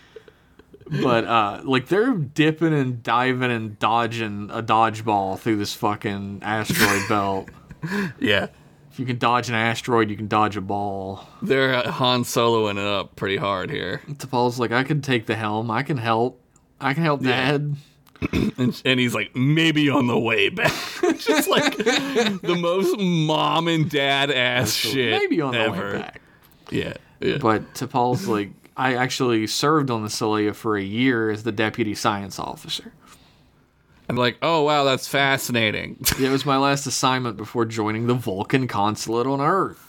[SPEAKER 1] But uh, like they're dipping and diving and dodging a dodgeball through this fucking asteroid belt.
[SPEAKER 2] Yeah.
[SPEAKER 1] If you can dodge an asteroid, you can dodge a ball.
[SPEAKER 2] They're uh, Han Soloing it up pretty hard here,
[SPEAKER 1] T'Pol's like, I can take the helm. I can help. I can help Dad.
[SPEAKER 2] and, and he's like, maybe on the way back. Just like the most mom and dad ass shit
[SPEAKER 1] Maybe on the
[SPEAKER 2] ever.
[SPEAKER 1] way back.
[SPEAKER 2] Yeah. Yeah.
[SPEAKER 1] But T'Pol's like, I actually served on the Celia for a year as the deputy science officer.
[SPEAKER 2] I'm like, oh wow, that's fascinating.
[SPEAKER 1] It was my last assignment before joining the Vulcan consulate on Earth.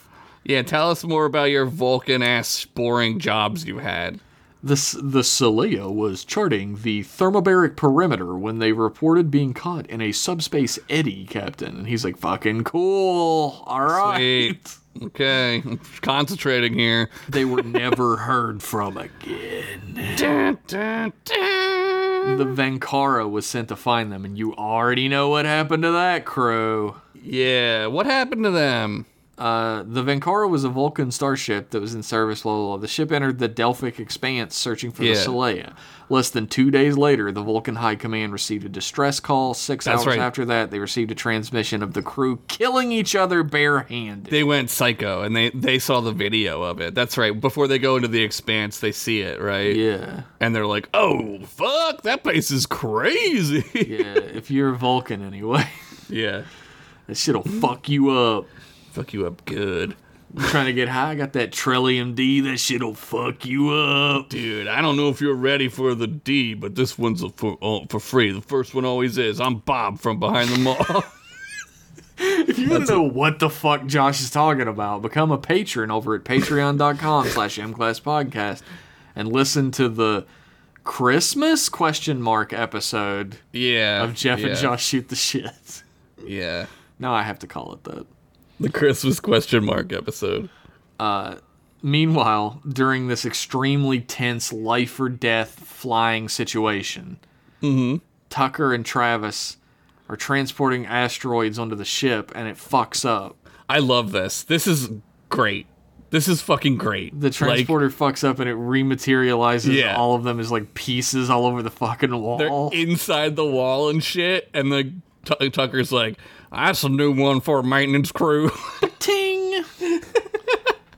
[SPEAKER 2] yeah, tell us more about your Vulcan ass boring jobs you had.
[SPEAKER 1] The, S- the Celia was charting the thermobaric perimeter when they reported being caught in a subspace eddy, Captain. And he's like, fucking cool. All right.
[SPEAKER 2] Sweet. Okay, I'm concentrating here.
[SPEAKER 1] They were never heard from again.
[SPEAKER 2] Dun, dun, dun.
[SPEAKER 1] The Vankara was sent to find them, and you already know what happened to that crew.
[SPEAKER 2] Yeah, what happened to them?
[SPEAKER 1] Uh, the Vankara was a Vulcan starship that was in service. Blah, blah, blah. The ship entered the Delphic expanse searching for
[SPEAKER 2] Yeah.
[SPEAKER 1] the Celea. Less than two days later, the Vulcan High Command received a distress call. Six
[SPEAKER 2] That's
[SPEAKER 1] hours
[SPEAKER 2] right.
[SPEAKER 1] after that, they received a transmission of the crew killing each other barehanded.
[SPEAKER 2] They went psycho, and they they saw the video of it. That's right. Before they go into the expanse, they see it, right?
[SPEAKER 1] yeah.
[SPEAKER 2] And they're like, oh fuck, that place is crazy.
[SPEAKER 1] Yeah, if you're a Vulcan anyway,
[SPEAKER 2] yeah,
[SPEAKER 1] that shit'll fuck you up.
[SPEAKER 2] fuck you up good.
[SPEAKER 1] I'm trying to get high, I got that Trillium D, that shit'll fuck you up.
[SPEAKER 2] Dude, I don't know if you're ready for the D, but this one's a for, oh, for free. The first one always is. I'm Bob from behind the mall.
[SPEAKER 1] If you want to know what the fuck Josh is talking about, become a patron over at patreon.com slash mclasspodcast and listen to the Christmas question mark episode
[SPEAKER 2] yeah.
[SPEAKER 1] of Jeff
[SPEAKER 2] yeah,
[SPEAKER 1] and Josh Shoot the Shit.
[SPEAKER 2] Yeah.
[SPEAKER 1] Now I have to call it that.
[SPEAKER 2] The Christmas question mark episode.
[SPEAKER 1] Meanwhile, during this extremely tense life or death flying situation, Tucker and Travis are transporting asteroids onto the ship and it fucks up.
[SPEAKER 2] I love this. This is great. This is fucking great.
[SPEAKER 1] The
[SPEAKER 2] Like,
[SPEAKER 1] transporter fucks up and it rematerializes
[SPEAKER 2] Yeah.
[SPEAKER 1] all of them as like pieces all over the fucking
[SPEAKER 2] they're
[SPEAKER 1] wall.
[SPEAKER 2] inside the wall and shit, and the Tuck- Tucker's like, "That's a new one for a maintenance crew,"
[SPEAKER 1] Ting!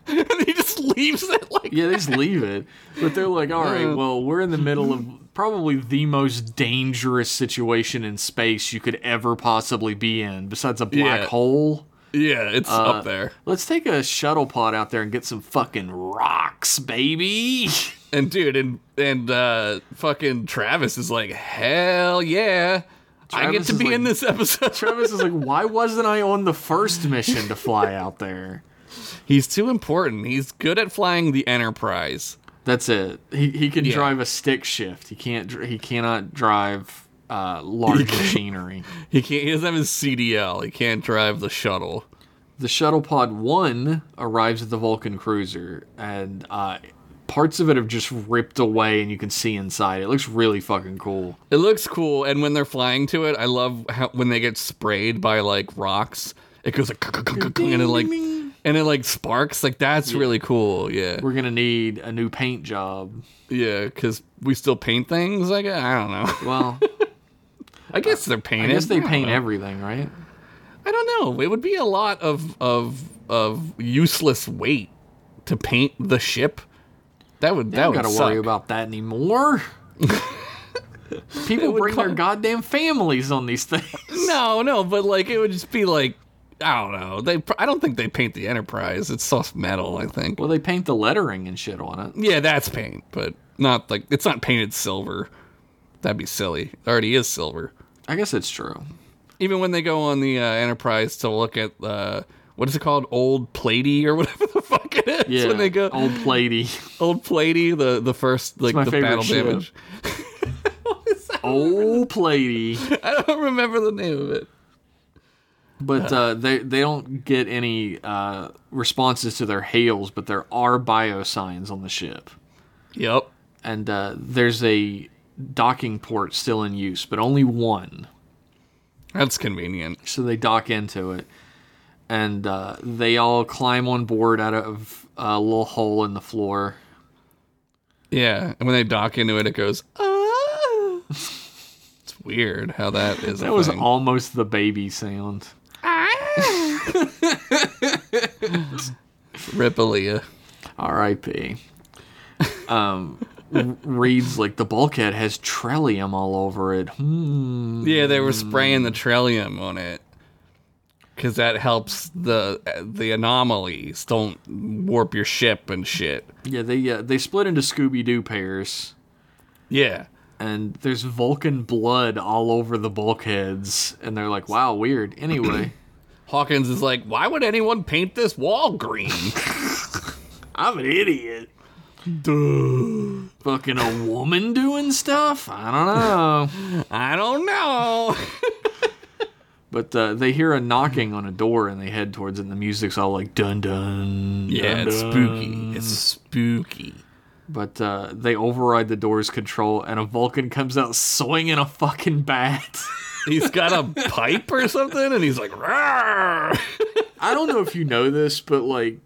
[SPEAKER 2] and he just leaves it like.
[SPEAKER 1] Yeah, they just leave it. But they're like, all right, well, we're in the middle of probably the most dangerous situation in space you could ever possibly be in, besides a black
[SPEAKER 2] Yeah.
[SPEAKER 1] hole.
[SPEAKER 2] Yeah, it's
[SPEAKER 1] Uh,
[SPEAKER 2] up there.
[SPEAKER 1] Let's take a shuttle pod out there and get some fucking rocks, baby.
[SPEAKER 2] And dude, and and uh, fucking Travis is like, "Hell yeah." I get
[SPEAKER 1] Travis
[SPEAKER 2] to
[SPEAKER 1] is
[SPEAKER 2] be
[SPEAKER 1] like-
[SPEAKER 2] in this episode.
[SPEAKER 1] Travis is like, why wasn't I on the first mission to fly out there?
[SPEAKER 2] He's too important. He's good at flying the Enterprise.
[SPEAKER 1] That's it. He he can
[SPEAKER 2] Yeah.
[SPEAKER 1] drive a stick shift. He can't. dr- He cannot drive uh, large machinery.
[SPEAKER 2] He can't. He doesn't have his CDL. He can't drive the shuttle.
[SPEAKER 1] The shuttle pod one arrives at the Vulcan cruiser, and uh, parts of it have just ripped away, and you can see inside. It looks really fucking cool.
[SPEAKER 2] It looks cool, and when they're flying to it, I love how when they get sprayed by like rocks, it goes like "Kuk-kuk-kuk-kuk," and it like and it like sparks. Like that's really cool. Yeah,
[SPEAKER 1] We're gonna need a new paint job.
[SPEAKER 2] yeah, because we still paint things. Like I don't know.
[SPEAKER 1] Well,
[SPEAKER 2] I guess they're
[SPEAKER 1] I
[SPEAKER 2] painted.
[SPEAKER 1] guess they
[SPEAKER 2] don't
[SPEAKER 1] paint
[SPEAKER 2] know.
[SPEAKER 1] everything, right?
[SPEAKER 2] I don't know. It would be a lot of of of useless weight to paint the ship. That would that
[SPEAKER 1] Don't
[SPEAKER 2] would
[SPEAKER 1] gotta
[SPEAKER 2] suck.
[SPEAKER 1] worry about that anymore. People
[SPEAKER 2] would
[SPEAKER 1] bring their
[SPEAKER 2] come-
[SPEAKER 1] goddamn families on these things.
[SPEAKER 2] No, no, but like it would just be like. I don't know. They, pr- I don't think they paint the Enterprise. It's soft metal, I think.
[SPEAKER 1] Well, they paint the lettering and shit on it.
[SPEAKER 2] Yeah, that's paint, but not like it's not painted silver. That'd be silly. It already is silver.
[SPEAKER 1] I guess it's true.
[SPEAKER 2] Even when they go on the uh, Enterprise to look at uh, what is it called? Old Platey or whatever the fuck it is
[SPEAKER 1] Yeah,
[SPEAKER 2] when they go
[SPEAKER 1] old platey,
[SPEAKER 2] old Platey, the the first like
[SPEAKER 1] my
[SPEAKER 2] the
[SPEAKER 1] favorite
[SPEAKER 2] battle
[SPEAKER 1] ship.
[SPEAKER 2] damage.
[SPEAKER 1] old platey.
[SPEAKER 2] I don't remember the name of it.
[SPEAKER 1] But uh, they they don't get any uh, responses to their hails, but there are bio signs on the ship,
[SPEAKER 2] Yep.
[SPEAKER 1] and uh, there's a docking port still in use, but only one.
[SPEAKER 2] That's convenient.
[SPEAKER 1] So they dock into it, and uh, they all climb on board out of a little hole in the floor.
[SPEAKER 2] Yeah. And when they dock into it, it goes, ah. It's weird how that is.
[SPEAKER 1] That was almost the baby sound.
[SPEAKER 2] Rip Aaliyah.
[SPEAKER 1] R.I.P. Um, r- reads like the bulkhead has trillium all over it. Hmm.
[SPEAKER 2] Yeah, they were spraying
[SPEAKER 1] Mm.
[SPEAKER 2] the trillium on it because that helps the the anomalies don't warp your ship and shit.
[SPEAKER 1] Yeah, they uh, they split into Scooby Doo pairs,
[SPEAKER 2] Yeah,
[SPEAKER 1] and there's Vulcan blood all over the bulkheads, and they're like, "Wow, weird." Anyway,
[SPEAKER 2] Hawkins is like, why would anyone paint this wall green?
[SPEAKER 1] I'm an idiot. Fucking a woman doing stuff? I don't know.
[SPEAKER 2] I don't know.
[SPEAKER 1] but uh, they hear a knocking on a door, and they head towards it. and The music's all like dun dun.
[SPEAKER 2] Yeah,
[SPEAKER 1] dun,
[SPEAKER 2] it's
[SPEAKER 1] dun.
[SPEAKER 2] spooky. It's spooky.
[SPEAKER 1] But uh, they override the door's control, and a Vulcan comes out swinging a fucking bat.
[SPEAKER 2] He's got a pipe or something, and he's like, Rawr!
[SPEAKER 1] I don't know if you know this, but like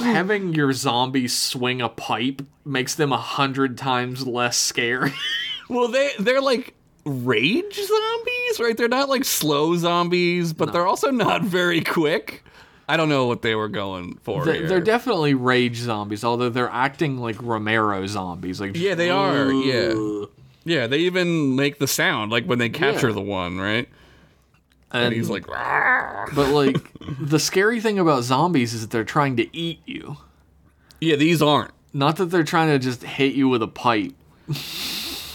[SPEAKER 1] having your zombies swing a pipe makes them a hundred times less scary.
[SPEAKER 2] Well, they they're like rage zombies, right? They're not like slow zombies, but they're also not very quick. I don't know what they were going for.
[SPEAKER 1] they're,
[SPEAKER 2] here.
[SPEAKER 1] they're definitely rage zombies, although they're acting like Romero zombies. Like
[SPEAKER 2] Yeah, they are, yeah. yeah, they even make the sound like when they capture
[SPEAKER 1] Yeah.
[SPEAKER 2] the one, right?
[SPEAKER 1] and,
[SPEAKER 2] And he's like, "Rawr."
[SPEAKER 1] but like the scary thing about zombies is that they're trying to eat you.
[SPEAKER 2] yeah, these aren't.
[SPEAKER 1] Not that they're trying to just hit you with a pipe.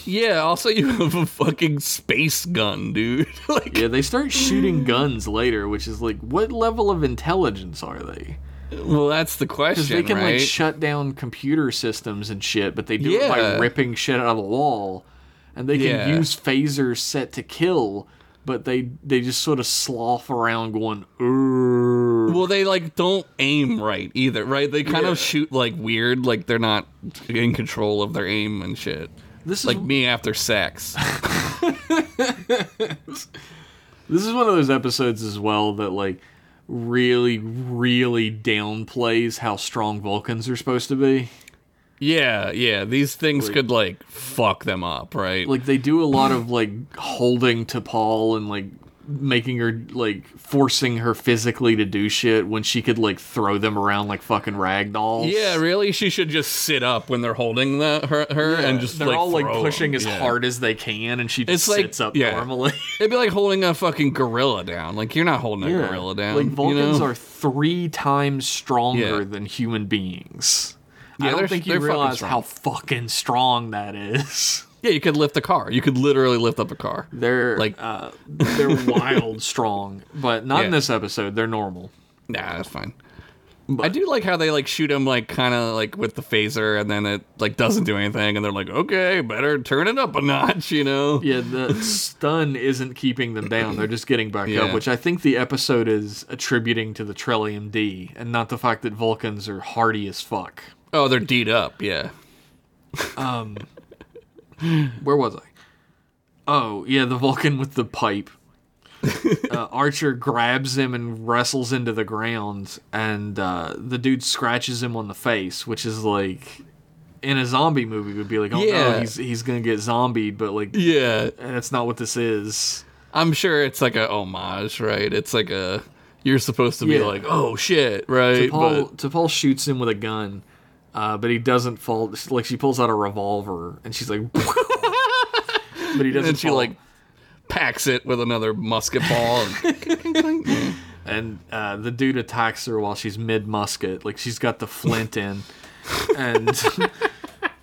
[SPEAKER 2] Yeah, also you have a fucking space gun, dude. like,
[SPEAKER 1] Yeah, they start shooting guns later, which is like, what level of intelligence are they?
[SPEAKER 2] well, that's the question,
[SPEAKER 1] Because they can like
[SPEAKER 2] right?
[SPEAKER 1] shut down computer systems and shit, but they do it by
[SPEAKER 2] Yeah.
[SPEAKER 1] ripping shit out of the wall, and they
[SPEAKER 2] Yeah.
[SPEAKER 1] can use phasers set to kill, but they they just sort of slough around going, "Urgh."
[SPEAKER 2] Well, they like don't aim right either, right? They kind
[SPEAKER 1] Hmm. Yeah.
[SPEAKER 2] of shoot like weird, like they're not in control of their aim and shit.
[SPEAKER 1] this is
[SPEAKER 2] Like me after sex.
[SPEAKER 1] this is one of those episodes as well that like really really downplays how strong Vulcans are supposed to be.
[SPEAKER 2] yeah, yeah. These things could like fuck them up, right?
[SPEAKER 1] Like they do a lot of like holding to Paul and like making her like forcing her physically to do shit when she could like throw them around like fucking rag dolls.
[SPEAKER 2] yeah, really. She should just sit up when they're holding the, her, her, and just
[SPEAKER 1] they're
[SPEAKER 2] like,
[SPEAKER 1] all like
[SPEAKER 2] throw
[SPEAKER 1] pushing
[SPEAKER 2] them.
[SPEAKER 1] as
[SPEAKER 2] Yeah.
[SPEAKER 1] hard as they can, and she just
[SPEAKER 2] It's like-
[SPEAKER 1] sits up
[SPEAKER 2] yeah.
[SPEAKER 1] normally.
[SPEAKER 2] It'd be like holding a fucking gorilla down. Like you're not holding a gorilla down.
[SPEAKER 1] Like Vulcans
[SPEAKER 2] you know?
[SPEAKER 1] are three times stronger
[SPEAKER 2] Yeah.
[SPEAKER 1] than human beings.
[SPEAKER 2] Yeah,
[SPEAKER 1] I don't
[SPEAKER 2] they're-
[SPEAKER 1] think you
[SPEAKER 2] they're fucking
[SPEAKER 1] realize
[SPEAKER 2] strong.
[SPEAKER 1] how fucking strong that is.
[SPEAKER 2] Yeah, you could lift a car. You could literally lift up a car.
[SPEAKER 1] They're like
[SPEAKER 2] Like-
[SPEAKER 1] uh, they're wild strong, but not in
[SPEAKER 2] Yeah.
[SPEAKER 1] this episode. They're normal.
[SPEAKER 2] Nah, that's fine. I do like how they like shoot him like kind of like with the phaser, and then it like doesn't do anything, and they're like, okay, better turn it up a notch, you know?
[SPEAKER 1] Yeah, the stun isn't keeping them down. They're just getting back up,
[SPEAKER 2] Yeah.
[SPEAKER 1] which I think the episode is attributing to the Trillium D and not the fact that Vulcans are hardy as fuck.
[SPEAKER 2] Oh, they're deed up, yeah.
[SPEAKER 1] Where was I? Oh, yeah, the Vulcan with the pipe. uh, Archer grabs him and wrestles into the ground, and uh, the dude scratches him on the face, which is like in a zombie movie would be like, oh no,
[SPEAKER 2] Yeah.
[SPEAKER 1] he's he's gonna get zombied, but like
[SPEAKER 2] Yeah,
[SPEAKER 1] that's not what this is.
[SPEAKER 2] I'm sure it's like a homage, right? It's like a you're supposed to be
[SPEAKER 1] Yeah.
[SPEAKER 2] like, oh shit, right?
[SPEAKER 1] T'Pol, T'Pol shoots him with a gun, uh, but he doesn't fall. Like she pulls out a revolver and she's like, but he
[SPEAKER 2] but
[SPEAKER 1] doesn't.
[SPEAKER 2] then she
[SPEAKER 1] fall.
[SPEAKER 2] like packs it with another musket ball. And,
[SPEAKER 1] and uh, the dude attacks her while she's mid musket. Like she's got the flint in, and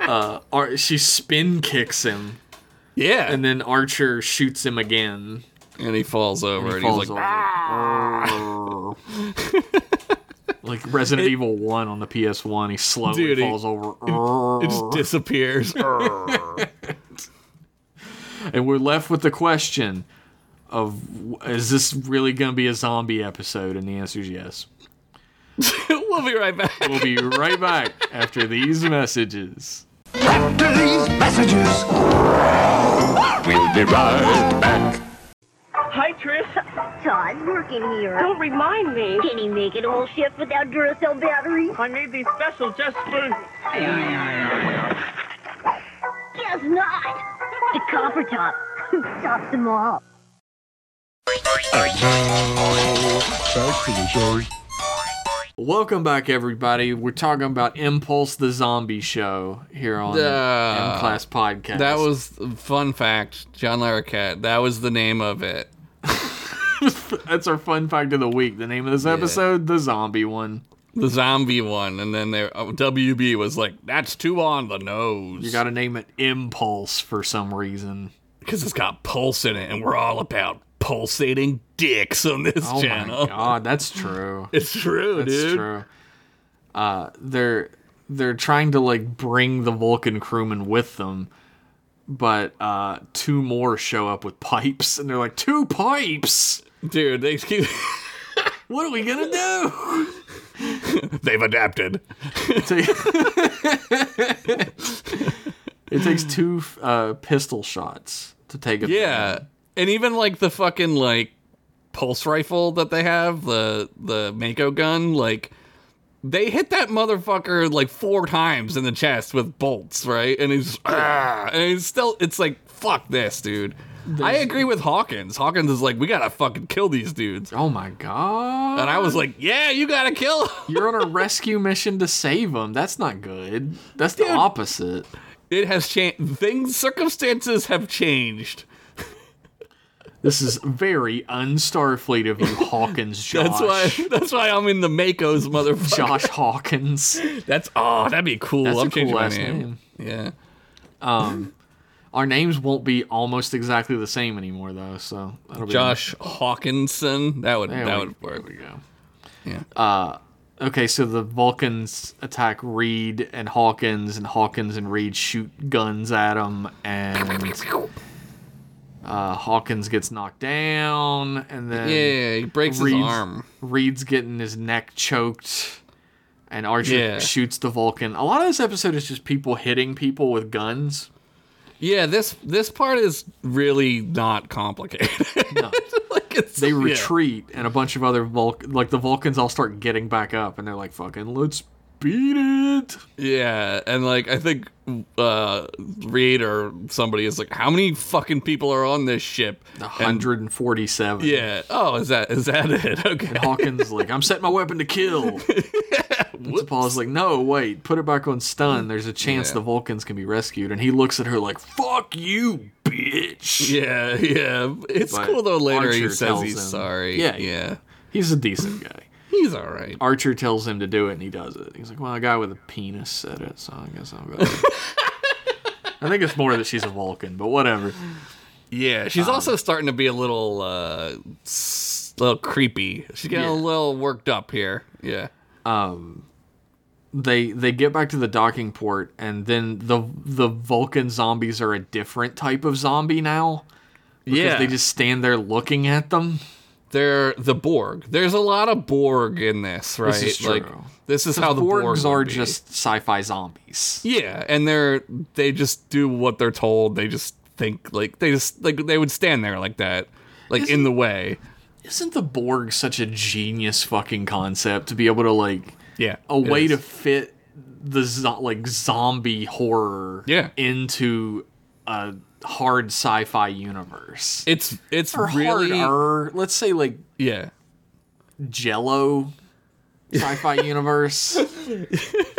[SPEAKER 1] uh, Ar- she spin kicks him,
[SPEAKER 2] yeah,
[SPEAKER 1] and then Archer shoots him again.
[SPEAKER 2] and he falls over and,
[SPEAKER 1] He
[SPEAKER 2] he's
[SPEAKER 1] falls
[SPEAKER 2] like,
[SPEAKER 1] over.
[SPEAKER 2] "Ah."
[SPEAKER 1] like Resident Evil One on the PS One, he slowly
[SPEAKER 2] Dude, he-
[SPEAKER 1] falls over.
[SPEAKER 2] it just disappears.
[SPEAKER 1] and we're left with the question of is this really going to be a zombie episode? And the answer is yes.
[SPEAKER 2] we'll be right back.
[SPEAKER 1] We'll be right back after these messages.
[SPEAKER 3] After these messages, we'll be right back.
[SPEAKER 4] Hi, Tris.
[SPEAKER 5] Todd's working here.
[SPEAKER 4] Don't remind me.
[SPEAKER 5] Can he make it a whole shift without Duracell batteries?
[SPEAKER 4] I made these special just for.
[SPEAKER 5] Guess not. The copper top stops them all.
[SPEAKER 3] Back to the show.
[SPEAKER 1] Welcome back, everybody. We're talking about Impulse the Zombie Show here on
[SPEAKER 2] Duh.
[SPEAKER 1] M Class Podcast.
[SPEAKER 2] That was uh, fun fact, John Larroquette. That was the name of it.
[SPEAKER 1] that's our fun fact of the week. The name of this episode, the zombie one.
[SPEAKER 2] The zombie one, and then there oh, WB was like, "That's too on the nose."
[SPEAKER 1] You got to name it Impulse for some reason.
[SPEAKER 2] because it's got pulse in it, and we're all about pulsating dicks on this
[SPEAKER 1] Oh
[SPEAKER 2] channel.
[SPEAKER 1] my god, that's true.
[SPEAKER 2] It's true,
[SPEAKER 1] That's
[SPEAKER 2] dude.
[SPEAKER 1] true. Uh, they're they're trying to like bring the Vulcan crewmen with them, but uh, two more show up with pipes, and they're like, two pipes.
[SPEAKER 2] Dude, they keep
[SPEAKER 1] What are we gonna do?
[SPEAKER 2] they've adapted.
[SPEAKER 1] it takes two uh, pistol shots to take it.
[SPEAKER 2] Yeah, and even like the fucking like pulse rifle that they have, the the Mako gun, like they hit that motherfucker like four times in the chest with bolts, right? And he's "Ah," and he's still it's like fuck this, dude. I agree with Hawkins. Hawkins is like, we gotta fucking kill these dudes.
[SPEAKER 1] Oh my god.
[SPEAKER 2] And I was like, yeah, you gotta kill 'em."
[SPEAKER 1] You're on a rescue mission to save them. That's not good. That's the opposite.
[SPEAKER 2] It has changed. Things, circumstances have changed.
[SPEAKER 1] This is very un-Starfleet of you, Hawkins. Josh.
[SPEAKER 2] That's why. That's why I'm in the Mako's motherfucker.
[SPEAKER 1] Josh Hawkins.
[SPEAKER 2] That's oh, that'd be cool.
[SPEAKER 1] That's a
[SPEAKER 2] I'm
[SPEAKER 1] cool
[SPEAKER 2] changing my
[SPEAKER 1] last
[SPEAKER 2] name. Yeah.
[SPEAKER 1] Our names won't be almost exactly the same anymore, though. So that'll be
[SPEAKER 2] Josh Hawkinson. That would
[SPEAKER 1] There
[SPEAKER 2] that
[SPEAKER 1] we-
[SPEAKER 2] would work.
[SPEAKER 1] There we go. Ah.
[SPEAKER 2] Yeah.
[SPEAKER 1] Okay, so the Vulcans attack Reed and Hawkins, and Hawkins and Reed shoot guns at him, and uh, Hawkins gets knocked down, and then
[SPEAKER 2] yeah, he breaks his
[SPEAKER 1] Reed's-
[SPEAKER 2] arm.
[SPEAKER 1] Reed's getting his neck choked, and Archer
[SPEAKER 2] Yeah.
[SPEAKER 1] shoots the Vulcan. A lot of this episode is just people hitting people with guns.
[SPEAKER 2] Yeah, this this part is really not complicated. like it's
[SPEAKER 1] They
[SPEAKER 2] yeah.
[SPEAKER 1] retreat, and a bunch of other Vulc like the Vulcans all start getting back up, and they're like, "Fucking, let's beat it."
[SPEAKER 2] Yeah, and like I think uh Reed or somebody is like, how many fucking people are on this ship? And-
[SPEAKER 1] 147.
[SPEAKER 2] yeah. Oh, is that is that it? Okay.
[SPEAKER 1] Hawkins is like, I'm setting my weapon to kill. And Paul's like, no, wait, put it back on stun. There's a chance
[SPEAKER 2] Yeah.
[SPEAKER 1] the Vulcans can be rescued. And he looks at her like, fuck you, bitch.
[SPEAKER 2] Yeah, yeah. It's
[SPEAKER 1] But
[SPEAKER 2] cool though. Later
[SPEAKER 1] Archer
[SPEAKER 2] he says
[SPEAKER 1] tells
[SPEAKER 2] he's
[SPEAKER 1] him-
[SPEAKER 2] sorry.
[SPEAKER 1] Yeah, yeah.
[SPEAKER 2] yeah.
[SPEAKER 1] He's a decent guy.
[SPEAKER 2] He's all right.
[SPEAKER 1] Archer tells him to do it, and he does it. He's like, well, a guy with a penis said it, so I guess I'll go. I think it's more that she's a Vulcan, but whatever.
[SPEAKER 2] Yeah,
[SPEAKER 1] Um,
[SPEAKER 2] she's also starting to be a little, uh, s- little creepy. She's getting
[SPEAKER 1] Yeah.
[SPEAKER 2] a little worked up here. Yeah,
[SPEAKER 1] They they get back to the docking port, and then the the Vulcan zombies are a different type of zombie now. Because
[SPEAKER 2] yeah.
[SPEAKER 1] they just stand there looking at them.
[SPEAKER 2] they're the Borg. There's a lot of Borg in this, right?
[SPEAKER 1] This is
[SPEAKER 2] Like
[SPEAKER 1] true.
[SPEAKER 2] this is how the Borgs
[SPEAKER 1] Borgs are
[SPEAKER 2] would be.
[SPEAKER 1] just sci-fi zombies.
[SPEAKER 2] yeah, and they're they just do what they're told. They just think like they just like they would stand there like that, like in the way.
[SPEAKER 1] Isn't the Borg such a genius fucking concept to be able to like
[SPEAKER 2] Yeah,
[SPEAKER 1] a
[SPEAKER 2] it
[SPEAKER 1] way
[SPEAKER 2] is.
[SPEAKER 1] to fit the zo- like zombie horror
[SPEAKER 2] Yeah.
[SPEAKER 1] into a hard sci-fi universe
[SPEAKER 2] It's it's
[SPEAKER 1] or
[SPEAKER 2] really
[SPEAKER 1] harder. Let's say like
[SPEAKER 2] yeah.
[SPEAKER 1] Jello sci-fi universe.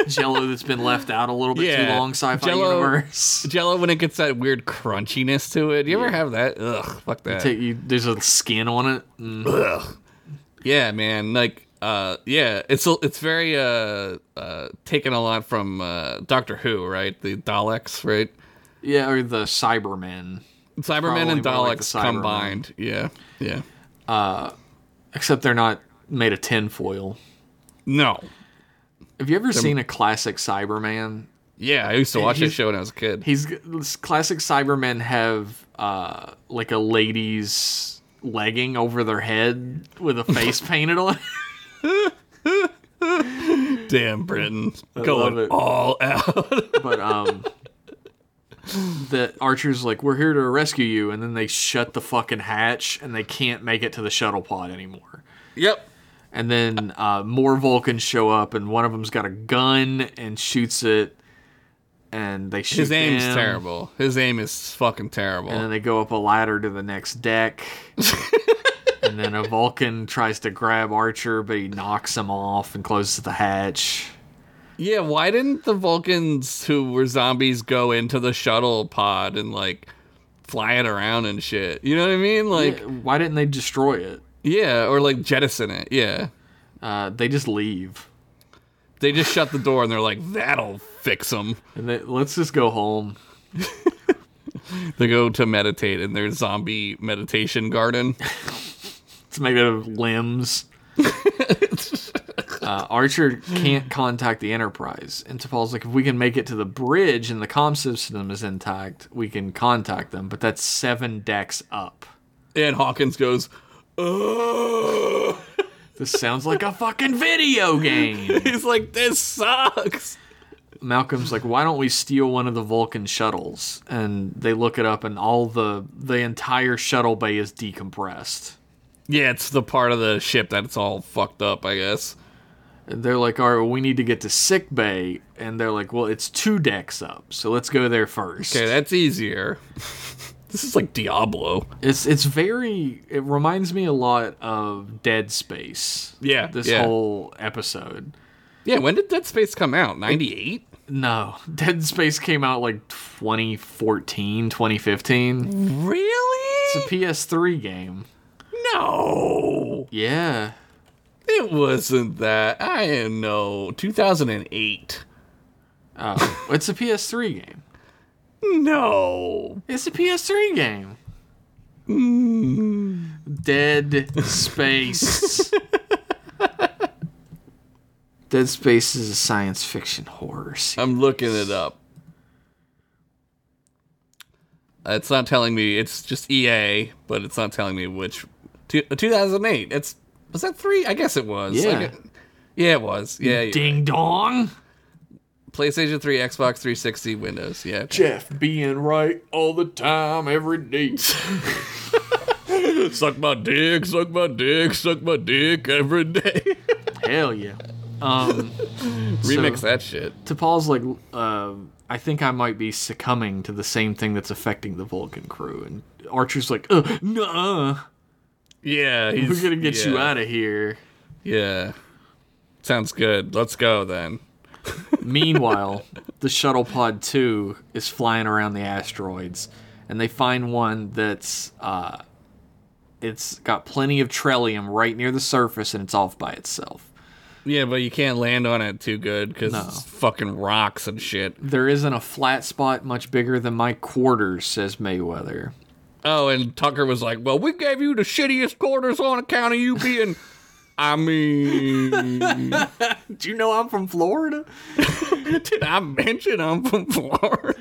[SPEAKER 1] Jello that's been left out a little bit too
[SPEAKER 2] Yeah.
[SPEAKER 1] long sci-fi
[SPEAKER 2] Jell-O-
[SPEAKER 1] universe.
[SPEAKER 2] Jello when it gets that weird crunchiness to it. You ever
[SPEAKER 1] Yeah.
[SPEAKER 2] have that? Ugh, fuck that.
[SPEAKER 1] Take you, there's a skin on it. Mm.
[SPEAKER 2] Yeah, man. Like, uh, yeah, it's a- it's very uh, uh, taken a lot from uh, Doctor Who, right? The Daleks, right?
[SPEAKER 1] Yeah, or the Cybermen.
[SPEAKER 2] Cybermen and
[SPEAKER 1] Probably more like
[SPEAKER 2] Daleks
[SPEAKER 1] the Cybermen.
[SPEAKER 2] combined. Yeah, yeah.
[SPEAKER 1] except they're not made of tinfoil.
[SPEAKER 2] No.
[SPEAKER 1] Have you ever seen a classic Cyberman?
[SPEAKER 2] Yeah, I used to watch that
[SPEAKER 1] He's-
[SPEAKER 2] show when I was a kid.
[SPEAKER 1] He's this classic Cybermen have uh, like a lady's legging over their head with a face painted on. it.
[SPEAKER 2] Damn, Britain.
[SPEAKER 1] love
[SPEAKER 2] Going
[SPEAKER 1] it.
[SPEAKER 2] all out.
[SPEAKER 1] But um, the Archer's like, "We're here to rescue you," and then they shut the fucking hatch and they can't make it to the shuttle pod anymore.
[SPEAKER 2] yep.
[SPEAKER 1] And then uh, more Vulcans show up, and one of them's got a gun and shoots it, and they shoot.
[SPEAKER 2] His aim's
[SPEAKER 1] them.
[SPEAKER 2] terrible. His aim is fucking terrible.
[SPEAKER 1] And then they go up a ladder to the next deck. and then a Vulcan tries to grab Archer, but he knocks him off and closes the hatch.
[SPEAKER 2] yeah, why didn't the Vulcans who were zombies go into the shuttle pod and like fly it around and shit? You know what I mean? Like,
[SPEAKER 1] Yeah, why didn't they destroy it?
[SPEAKER 2] yeah, or like jettison it. Yeah.
[SPEAKER 1] Uh, they just leave.
[SPEAKER 2] They just shut the door and they're like, that'll fix them.
[SPEAKER 1] And they, let's just go home.
[SPEAKER 2] They go to meditate in their zombie meditation garden.
[SPEAKER 1] It's made out of limbs. uh, Archer can't contact the Enterprise. Interpol's like, if we can make it to the bridge and the comm system is intact, we can contact them. But that's seven decks up.
[SPEAKER 2] And Hawkins goes, oh.
[SPEAKER 1] This sounds like a fucking video game.
[SPEAKER 2] He's like, this sucks.
[SPEAKER 1] Malcolm's like, why don't we steal one of the Vulcan shuttles? And they look it up, and all the the entire shuttle bay is decompressed.
[SPEAKER 2] Yeah, it's the part of the ship that's all fucked up, I guess.
[SPEAKER 1] And they're like, all right, well, we need to get to sick bay, and they're like, well, it's two decks up, so let's go there first.
[SPEAKER 2] Okay, that's easier. this is like Diablo.
[SPEAKER 1] It's it's very. It reminds me a lot of Dead Space.
[SPEAKER 2] Yeah,
[SPEAKER 1] this
[SPEAKER 2] yeah.
[SPEAKER 1] whole episode.
[SPEAKER 2] Yeah, when did Dead Space come out? 98?
[SPEAKER 1] No, Dead Space came out like 2014, 2015. It's
[SPEAKER 2] Really?
[SPEAKER 1] a PS3 game.
[SPEAKER 2] no.
[SPEAKER 1] Yeah.
[SPEAKER 2] It wasn't that. I didn't know. 2008.
[SPEAKER 1] Oh, it's a PS3 game.
[SPEAKER 2] No.
[SPEAKER 1] It's a PS3 game.
[SPEAKER 2] Mm.
[SPEAKER 1] Dead Space. Dead Space is a science fiction horror. se-
[SPEAKER 2] I'm looking it up. It's not telling me. It's just EA, but it's not telling me which. Two, 2008. It's was that three? I guess it was.
[SPEAKER 1] Yeah.
[SPEAKER 2] it- yeah, it was. Yeah, you're
[SPEAKER 1] Ding dong.
[SPEAKER 2] right. PlayStation 3, Xbox 360, Windows. Yeah. okay.
[SPEAKER 1] Jeff being right all the time, every day.
[SPEAKER 2] Suck my dick, suck my dick, suck my dick every day.
[SPEAKER 1] Hell yeah. Um,
[SPEAKER 2] Remix
[SPEAKER 1] So-
[SPEAKER 2] that shit.
[SPEAKER 1] to Paul's like, uh, I think I might be succumbing to the same thing that's affecting the Vulcan crew, and Archer's like, uh, nah,
[SPEAKER 2] Yeah, he's,
[SPEAKER 1] we're gonna get you
[SPEAKER 2] yeah,
[SPEAKER 1] out of here.
[SPEAKER 2] Yeah. Sounds good. Let's go then.
[SPEAKER 1] Meanwhile, the shuttle pod two is flying around the asteroids, and they find one that's uh, it's got plenty of trellium right near the surface, and it's off by itself.
[SPEAKER 2] Yeah, but you can't land on it too good because
[SPEAKER 1] No.
[SPEAKER 2] it's fucking rocks and shit.
[SPEAKER 1] There isn't a flat spot much bigger than my quarters, says Mayweather.
[SPEAKER 2] Oh, and Tucker was like, "Well, we gave you the shittiest quarters on account of you being." I mean,
[SPEAKER 1] Do you know I'm from Florida?
[SPEAKER 2] did I mention I'm from Florida?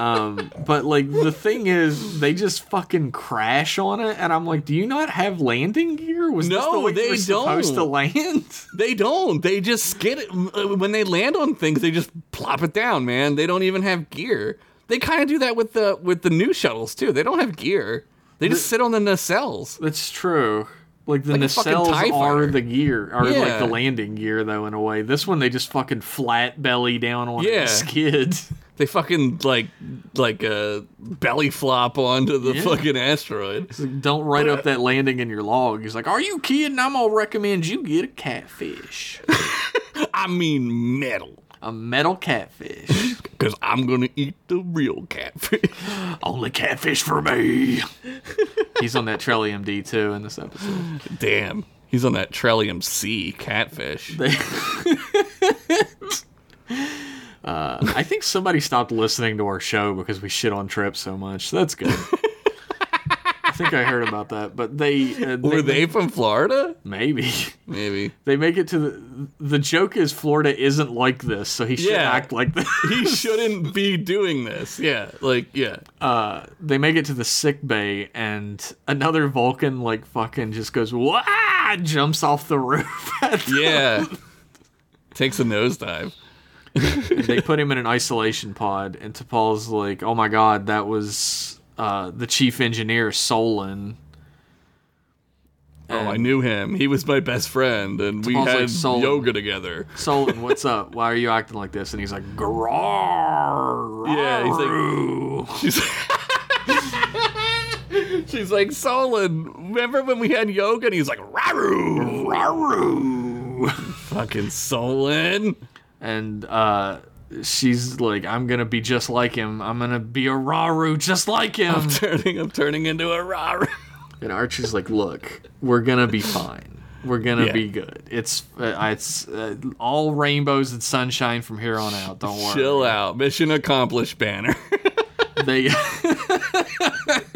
[SPEAKER 1] But like the thing is, they just fucking crash on it, and I'm like, do you not have landing gear? Was this the
[SPEAKER 2] No,
[SPEAKER 1] way
[SPEAKER 2] they
[SPEAKER 1] you were supposed to
[SPEAKER 2] don't.
[SPEAKER 1] land?
[SPEAKER 2] They don't. They just get it uh, when they land on things. They just plop it down, man. They don't even have gear. They kind of do that with the with the new shuttles too. They don't have gear. They just sit on the nacelles.
[SPEAKER 1] That's true. Like the
[SPEAKER 2] Like a fucking TIE
[SPEAKER 1] nacelles are
[SPEAKER 2] fighter.
[SPEAKER 1] the gear, or like
[SPEAKER 2] Yeah.
[SPEAKER 1] the landing gear, though. In a way, this one they just fucking flat belly down on it
[SPEAKER 2] Yeah.
[SPEAKER 1] and skid.
[SPEAKER 2] They fucking like like uh, belly flop onto the
[SPEAKER 1] Yeah.
[SPEAKER 2] fucking asteroid.
[SPEAKER 1] It's like, Don't write up that landing in your log. He's like, "Are you kidding? I'm gonna recommend you get a catfish,
[SPEAKER 2] I mean metal.
[SPEAKER 1] a metal catfish.
[SPEAKER 2] Because I'm going to eat the real catfish.
[SPEAKER 1] Only catfish for me." He's on that Trellium D too in this episode.
[SPEAKER 2] Damn. He's on that Trellium C catfish.
[SPEAKER 1] I think somebody stopped listening to our show because we shit on Trip so much. That's good. think I heard about that, but they uh,
[SPEAKER 2] Were they from Florida?
[SPEAKER 1] maybe
[SPEAKER 2] Maybe.
[SPEAKER 1] they make it to the the joke is Florida isn't like this, so he should
[SPEAKER 2] Yeah.
[SPEAKER 1] act like this.
[SPEAKER 2] He shouldn't be doing this. Yeah. Like, yeah.
[SPEAKER 1] uh, they make it to the sick bay, and another Vulcan like fucking just goes wah, jumps off the roof. at them.
[SPEAKER 2] Yeah. Takes a nosedive.
[SPEAKER 1] they put him in an isolation pod, and T'Pol's like, "Oh my god, that was uh, the chief engineer Solon."
[SPEAKER 2] Oh, I knew him. He was my best friend, and we
[SPEAKER 1] Smells like
[SPEAKER 2] had
[SPEAKER 1] soul.
[SPEAKER 2] yoga together.
[SPEAKER 1] Solon, what's up? Why are you acting like this? And he's like, "Grar."
[SPEAKER 2] Yeah, he's like, she's, she's like, Solon, remember when we had yoga? And he's like, Raru, Raru. Fucking Solon.
[SPEAKER 1] and uh, she's like, "I'm gonna be just like him. I'm gonna be a Raru just like him."
[SPEAKER 2] Turning, I'm turning into a Raru.
[SPEAKER 1] and Archie's like, "Look, we're gonna be fine. We're gonna
[SPEAKER 2] Yeah.
[SPEAKER 1] be good. It's uh, it's uh, all rainbows and sunshine from here on out. Don't worry."
[SPEAKER 2] Chill out. Mission accomplished banner.
[SPEAKER 1] They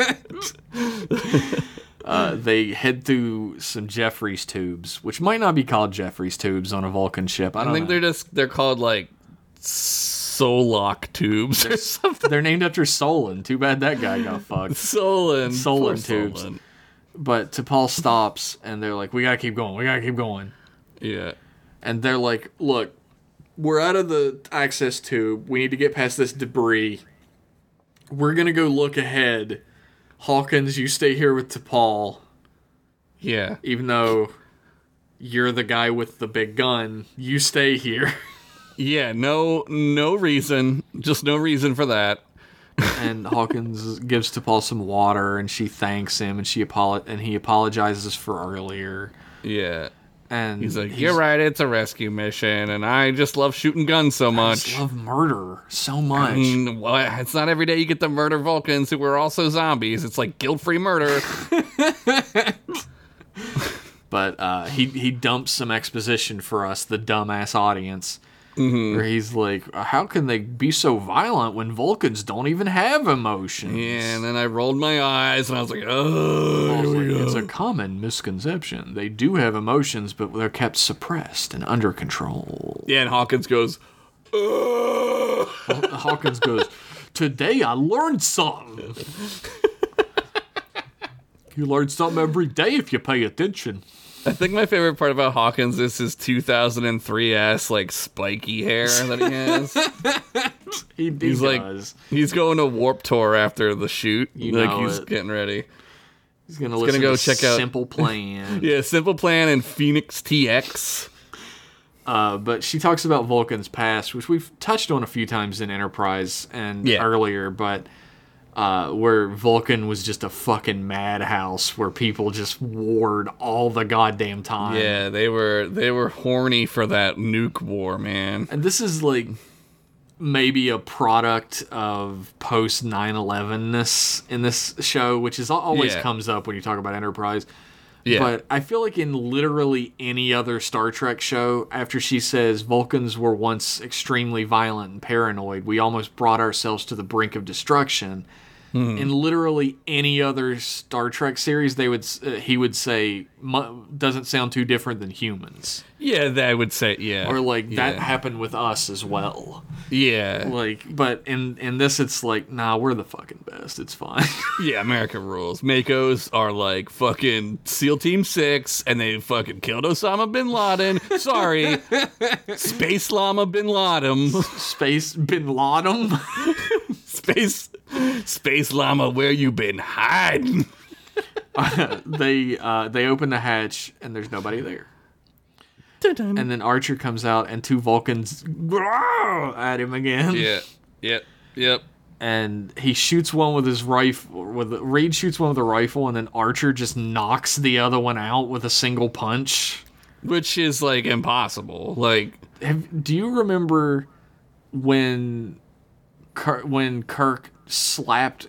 [SPEAKER 1] uh, they head through some Jeffrey's tubes, which might not be called Jeffrey's tubes on a Vulcan ship. I
[SPEAKER 2] I
[SPEAKER 1] don't
[SPEAKER 2] think
[SPEAKER 1] know.
[SPEAKER 2] they're just, they're called like Solok tubes or something.
[SPEAKER 1] They're named after Solon. Too bad that guy got fucked.
[SPEAKER 2] Solon.
[SPEAKER 1] Solon
[SPEAKER 2] Poor
[SPEAKER 1] tubes. But T'Pol stops, and they're like, "We gotta keep going. We gotta keep going."
[SPEAKER 2] Yeah.
[SPEAKER 1] and they're like, "Look, we're out of the access tube. We need to get past this debris. We're gonna go look ahead. Hawkins, you stay here with T'Pol,
[SPEAKER 2] Yeah.
[SPEAKER 1] even though you're the guy with the big gun. You stay here."
[SPEAKER 2] Yeah. No, no reason. Just no reason for that.
[SPEAKER 1] and Hawkins gives T'Pol some water, and she thanks him, and she apolo- and he apologizes for earlier.
[SPEAKER 2] Yeah.
[SPEAKER 1] And
[SPEAKER 2] He's like, you're right, it's a rescue mission, and I just love shooting guns so
[SPEAKER 1] I
[SPEAKER 2] much.
[SPEAKER 1] just love murder so much.
[SPEAKER 2] Mm, well, it's not every day you get to murder Vulcans who are also zombies. It's like guilt-free murder.
[SPEAKER 1] but uh, he he dumps some exposition for us, the dumbass audience,
[SPEAKER 2] Mm-hmm.
[SPEAKER 1] where he's like, "How can they be so violent when Vulcans don't even have emotions?"
[SPEAKER 2] and then I rolled my eyes and I was like,
[SPEAKER 1] I
[SPEAKER 2] oh,
[SPEAKER 1] was
[SPEAKER 2] here we
[SPEAKER 1] like,
[SPEAKER 2] go.
[SPEAKER 1] it's a common misconception. They do have emotions, but they're kept suppressed and under control.
[SPEAKER 2] yeah, and Hawkins goes, oh.
[SPEAKER 1] Hawkins goes, "Today I learned something." You learn something every day if you pay attention.
[SPEAKER 2] I think my favorite part about Hawkins is his 2003 ass like spiky hair that he has.
[SPEAKER 1] He, he
[SPEAKER 2] He's like,
[SPEAKER 1] does.
[SPEAKER 2] he's going to Warp Tour after the shoot.
[SPEAKER 1] You
[SPEAKER 2] like
[SPEAKER 1] know
[SPEAKER 2] he's
[SPEAKER 1] it.
[SPEAKER 2] getting ready.
[SPEAKER 1] he's gonna listen
[SPEAKER 2] go
[SPEAKER 1] to
[SPEAKER 2] check out-
[SPEAKER 1] Simple Plan.
[SPEAKER 2] Yeah, Simple Plan and Phoenix TX.
[SPEAKER 1] Uh, but she talks about Vulcan's past, which we've touched on a few times in Enterprise and
[SPEAKER 2] Yeah.
[SPEAKER 1] earlier, but uh, where Vulcan was just a fucking madhouse where people just warred all the goddamn time.
[SPEAKER 2] Yeah, they were they were horny for that nuke war, man.
[SPEAKER 1] And this is like maybe a product of post 9 11 ness in this show, which is always
[SPEAKER 2] Yeah.
[SPEAKER 1] comes up when you talk about Enterprise.
[SPEAKER 2] Yeah,
[SPEAKER 1] But I feel like in literally any other Star Trek show, after she says Vulcans were once extremely violent and paranoid, we almost brought ourselves to the brink of destruction.
[SPEAKER 2] Hmm.
[SPEAKER 1] In literally any other Star Trek series, they would s- uh, he would say "Mu- doesn't sound too different than humans,
[SPEAKER 2] yeah, they would say yeah,
[SPEAKER 1] or like that
[SPEAKER 2] Yeah.
[SPEAKER 1] happened with us as well.
[SPEAKER 2] yeah,
[SPEAKER 1] Like, but in in this, it's like nah, we're the fucking best. It's fine.
[SPEAKER 2] yeah. America rules. Makos are like fucking SEAL Team Six, and they fucking killed Osama bin Laden. Sorry, Space Llama bin Laden.
[SPEAKER 1] Space Bin Laden.
[SPEAKER 2] Space Space Llama, where you been hiding?
[SPEAKER 1] they uh, they open the hatch and there's nobody there. And then Archer comes out and two Vulcans growl at him again.
[SPEAKER 2] Yeah, yep, yep.
[SPEAKER 1] And he shoots one with his rifle. With Reed shoots one with a rifle, and then Archer just knocks the other one out with a single punch.
[SPEAKER 2] Which is like impossible. Like
[SPEAKER 1] Have, do you remember when Kirk, when Kirk slapped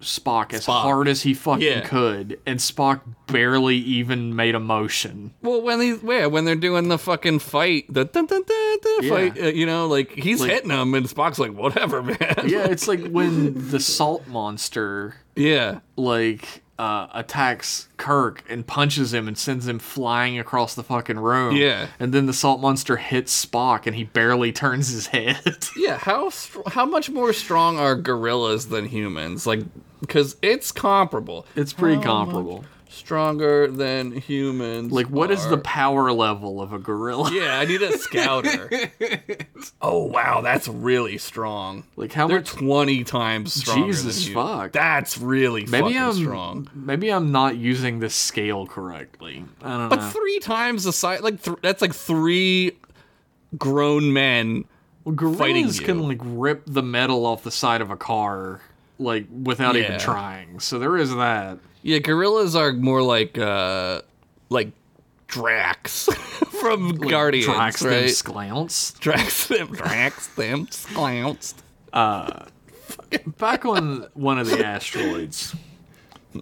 [SPEAKER 1] Spock as
[SPEAKER 2] Spock.
[SPEAKER 1] hard as he fucking
[SPEAKER 2] Yeah.
[SPEAKER 1] could, and Spock barely even made a motion?
[SPEAKER 2] Well, when they yeah, when they're doing the fucking fight, the dun, dun, dun, dun,
[SPEAKER 1] Yeah.
[SPEAKER 2] fight, uh, you know, like he's
[SPEAKER 1] Like-
[SPEAKER 2] hitting him, and Spock's like, "Whatever, man."
[SPEAKER 1] yeah, it's like when the salt monster
[SPEAKER 2] yeah,
[SPEAKER 1] like uh, attacks Kirk and punches him and sends him flying across the fucking room.
[SPEAKER 2] Yeah.
[SPEAKER 1] And then the salt monster hits Spock and he barely turns his head.
[SPEAKER 2] Yeah, how str- how much more strong are gorillas than humans? Like, because it's comparable.
[SPEAKER 1] it's pretty
[SPEAKER 2] How
[SPEAKER 1] comparable.
[SPEAKER 2] much Stronger than humans.
[SPEAKER 1] Like, what is the
[SPEAKER 2] are-
[SPEAKER 1] power level of a gorilla?
[SPEAKER 2] yeah, I need a scouter. oh wow, that's really strong.
[SPEAKER 1] Like, how
[SPEAKER 2] They're
[SPEAKER 1] much?
[SPEAKER 2] twenty times stronger.
[SPEAKER 1] Jesus
[SPEAKER 2] than you.
[SPEAKER 1] fuck.
[SPEAKER 2] That's really
[SPEAKER 1] Maybe
[SPEAKER 2] fucking
[SPEAKER 1] I'm
[SPEAKER 2] strong.
[SPEAKER 1] maybe I'm not using this scale correctly. I don't
[SPEAKER 2] But
[SPEAKER 1] know.
[SPEAKER 2] three times the size. Like th- that's like three grown men.
[SPEAKER 1] Well,
[SPEAKER 2] fighting
[SPEAKER 1] gorillas can
[SPEAKER 2] you.
[SPEAKER 1] like rip the metal off the side of a car like without even
[SPEAKER 2] Yeah.
[SPEAKER 1] trying. So there is that.
[SPEAKER 2] Yeah, gorillas are more like uh like Drax from
[SPEAKER 1] Like,
[SPEAKER 2] Guardians,
[SPEAKER 1] Drax them
[SPEAKER 2] right?
[SPEAKER 1] Sklounce.
[SPEAKER 2] Drax them, Drax them, sclounced.
[SPEAKER 1] Back on one of the asteroids,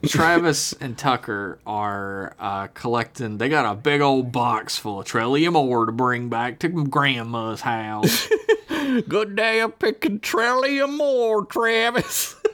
[SPEAKER 1] Travis and Tucker are uh, collecting. They got a big old box full of trillium ore to bring back to Grandma's house.
[SPEAKER 2] Good day of picking trillium more, Travis.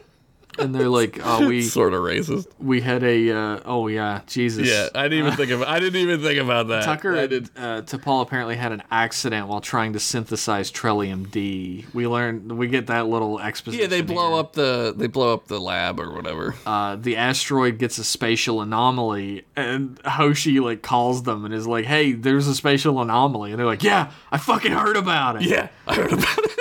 [SPEAKER 1] and they're like, "Oh, we
[SPEAKER 2] sort of racist.
[SPEAKER 1] we had a uh, oh yeah, Jesus,
[SPEAKER 2] Yeah, I didn't even think of. I didn't even think about that.
[SPEAKER 1] Tucker
[SPEAKER 2] I
[SPEAKER 1] and
[SPEAKER 2] did.
[SPEAKER 1] uh, T'Pol apparently had an accident while trying to synthesize Trillium D. We learn we get that little exposition.
[SPEAKER 2] Yeah, they blow
[SPEAKER 1] here.
[SPEAKER 2] up the they blow up the lab or whatever.
[SPEAKER 1] Uh, the asteroid gets a spatial anomaly, and Hoshi like calls them and is like, "Hey, there's a spatial anomaly," and they're like, "Yeah, I fucking heard about it."
[SPEAKER 2] yeah, I heard about it.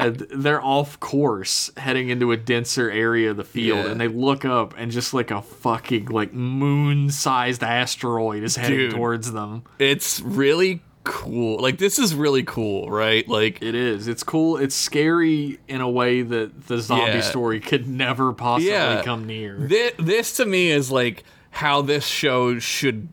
[SPEAKER 1] and they're off course, heading into a denser area of the field,
[SPEAKER 2] Yeah.
[SPEAKER 1] and they look up and just like a fucking like moon-sized asteroid is heading
[SPEAKER 2] Dude.
[SPEAKER 1] towards them.
[SPEAKER 2] It's really cool. Like this is really cool, right? Like
[SPEAKER 1] It is. It's cool. It's scary in a way that the zombie
[SPEAKER 2] Yeah.
[SPEAKER 1] story could never possibly
[SPEAKER 2] Yeah.
[SPEAKER 1] come near.
[SPEAKER 2] This, this to me is like how this show should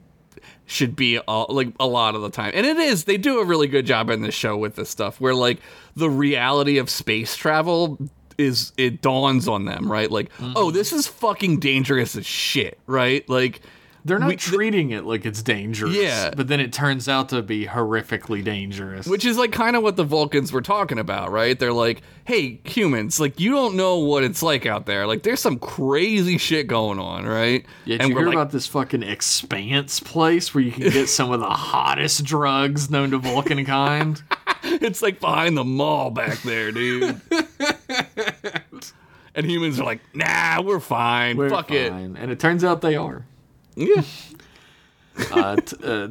[SPEAKER 2] should be all, like a lot of the time and it is they do a really good job in this show with this stuff where like the reality of space travel is it dawns on them right like oh this is fucking dangerous as shit right like
[SPEAKER 1] They're not
[SPEAKER 2] we- th-
[SPEAKER 1] treating it like it's dangerous.
[SPEAKER 2] Yeah.
[SPEAKER 1] But then it turns out to be horrifically dangerous.
[SPEAKER 2] Which is like kind of what the Vulcans were talking about, right? They're like, hey, humans, like, you don't know what it's like out there. Like, there's some crazy shit going on, right?
[SPEAKER 1] yeah, did
[SPEAKER 2] and
[SPEAKER 1] you
[SPEAKER 2] we're
[SPEAKER 1] hear
[SPEAKER 2] like,
[SPEAKER 1] about this fucking expanse place where you can get some of the hottest drugs known to Vulcan kind?
[SPEAKER 2] It's like behind the mall back there, dude. and humans are like, nah, we're fine.
[SPEAKER 1] We're
[SPEAKER 2] Fuck it.
[SPEAKER 1] fine. And it turns out they are.
[SPEAKER 2] Yeah.
[SPEAKER 1] uh, t- uh,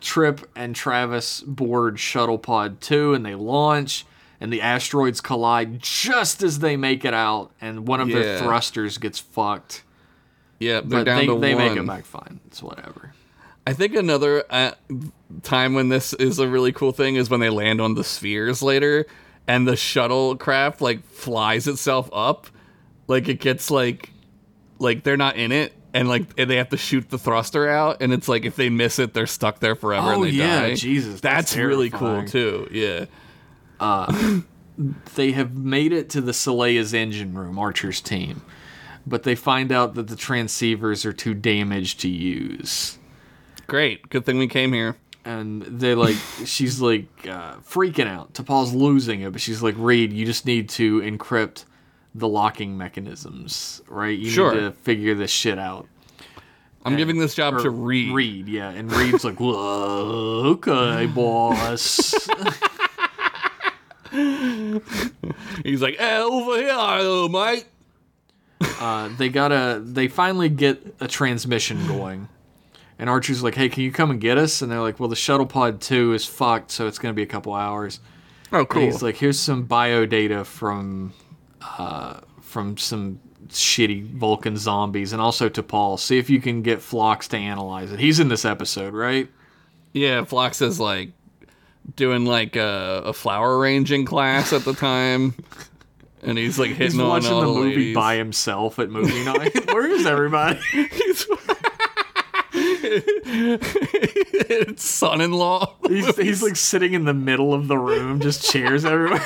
[SPEAKER 1] Trip and Travis board Shuttle Pod 2 and they launch, and the asteroids collide just as they make it out, and one of their
[SPEAKER 2] Yeah.
[SPEAKER 1] thrusters gets fucked.
[SPEAKER 2] Yeah, they're
[SPEAKER 1] But
[SPEAKER 2] down
[SPEAKER 1] they,
[SPEAKER 2] to
[SPEAKER 1] they
[SPEAKER 2] one.
[SPEAKER 1] make it back fine. It's whatever.
[SPEAKER 2] I think another uh, time when this is a really cool thing is when they land on the spheres later, and the shuttlecraft like flies itself up, like it gets like, like they're not in it, and like and they have to shoot the thruster out, and it's like if they miss it, they're stuck there forever.
[SPEAKER 1] Oh,
[SPEAKER 2] and they
[SPEAKER 1] yeah,
[SPEAKER 2] die.
[SPEAKER 1] Jesus, that's
[SPEAKER 2] that's, really cool
[SPEAKER 1] terrifying.
[SPEAKER 2] too. Yeah,
[SPEAKER 1] They have made it to the Soleil's engine room, Archer's team, but they find out that the transceivers are too damaged to use.
[SPEAKER 2] great. Good thing we came here.
[SPEAKER 1] and they like she's like uh, freaking out. T'Pol's losing it, but she's like, "Reed, you just need to encrypt the locking mechanisms, right? You
[SPEAKER 2] Sure.
[SPEAKER 1] need to figure this shit out."
[SPEAKER 2] I'm giving this job to Reed.
[SPEAKER 1] Reed, yeah, and Reed's like, "Whoa, okay, boss."
[SPEAKER 2] He's like, hey, over here, little mate.
[SPEAKER 1] uh, they gotta, they finally get a transmission going. And Archer's like, "Hey, can you come and get us?" And they're like, "Well, the shuttle pod two is fucked, so it's gonna be a couple hours."
[SPEAKER 2] Oh,
[SPEAKER 1] And
[SPEAKER 2] cool.
[SPEAKER 1] He's like, here's some bio data from uh, from some shitty Vulcan zombies, and also to Paul. See if you can get Phlox to analyze it. He's in this episode, right?
[SPEAKER 2] Yeah, Flox is like doing like a, a flower arranging class at the time, and he's like hitting
[SPEAKER 1] He's
[SPEAKER 2] on
[SPEAKER 1] watching
[SPEAKER 2] all
[SPEAKER 1] the
[SPEAKER 2] the,
[SPEAKER 1] movie
[SPEAKER 2] ladies.
[SPEAKER 1] by himself at movie night. Where is everybody?
[SPEAKER 2] He's- it's son-in-law.
[SPEAKER 1] He's, he's like sitting in the middle of the room, just chairs everywhere.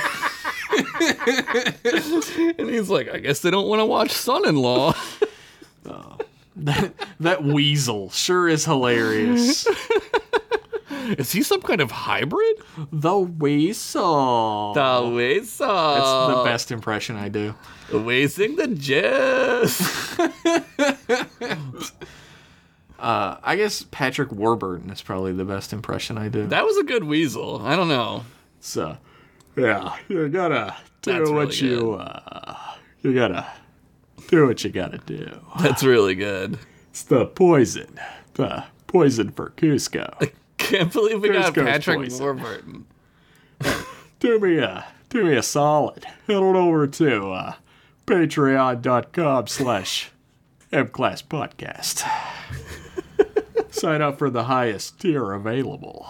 [SPEAKER 2] and he's like, I guess they don't want to watch son-in-law.
[SPEAKER 1] that weasel sure is hilarious.
[SPEAKER 2] Is he some kind of hybrid? Uh,
[SPEAKER 1] The weasel.
[SPEAKER 2] The uh, Weasel.
[SPEAKER 1] That's the best impression I do.
[SPEAKER 2] Wasting the jizz.
[SPEAKER 1] Uh, I guess Patrick Warburton is probably the best impression I do.
[SPEAKER 2] That was a good weasel. I don't know.
[SPEAKER 1] So, yeah, you gotta do
[SPEAKER 2] That's
[SPEAKER 1] what
[SPEAKER 2] really
[SPEAKER 1] you
[SPEAKER 2] good.
[SPEAKER 1] uh, you gotta do what you gotta do.
[SPEAKER 2] That's really good.
[SPEAKER 1] It's the poison, the poison for Cusco.
[SPEAKER 2] Can't believe we
[SPEAKER 1] Chris
[SPEAKER 2] got
[SPEAKER 1] goes
[SPEAKER 2] Patrick
[SPEAKER 1] poison.
[SPEAKER 2] Warburton.
[SPEAKER 1] do me a do me a solid. Head on over to uh, patreon.com slash mclass podcast. Sign up for the highest tier available.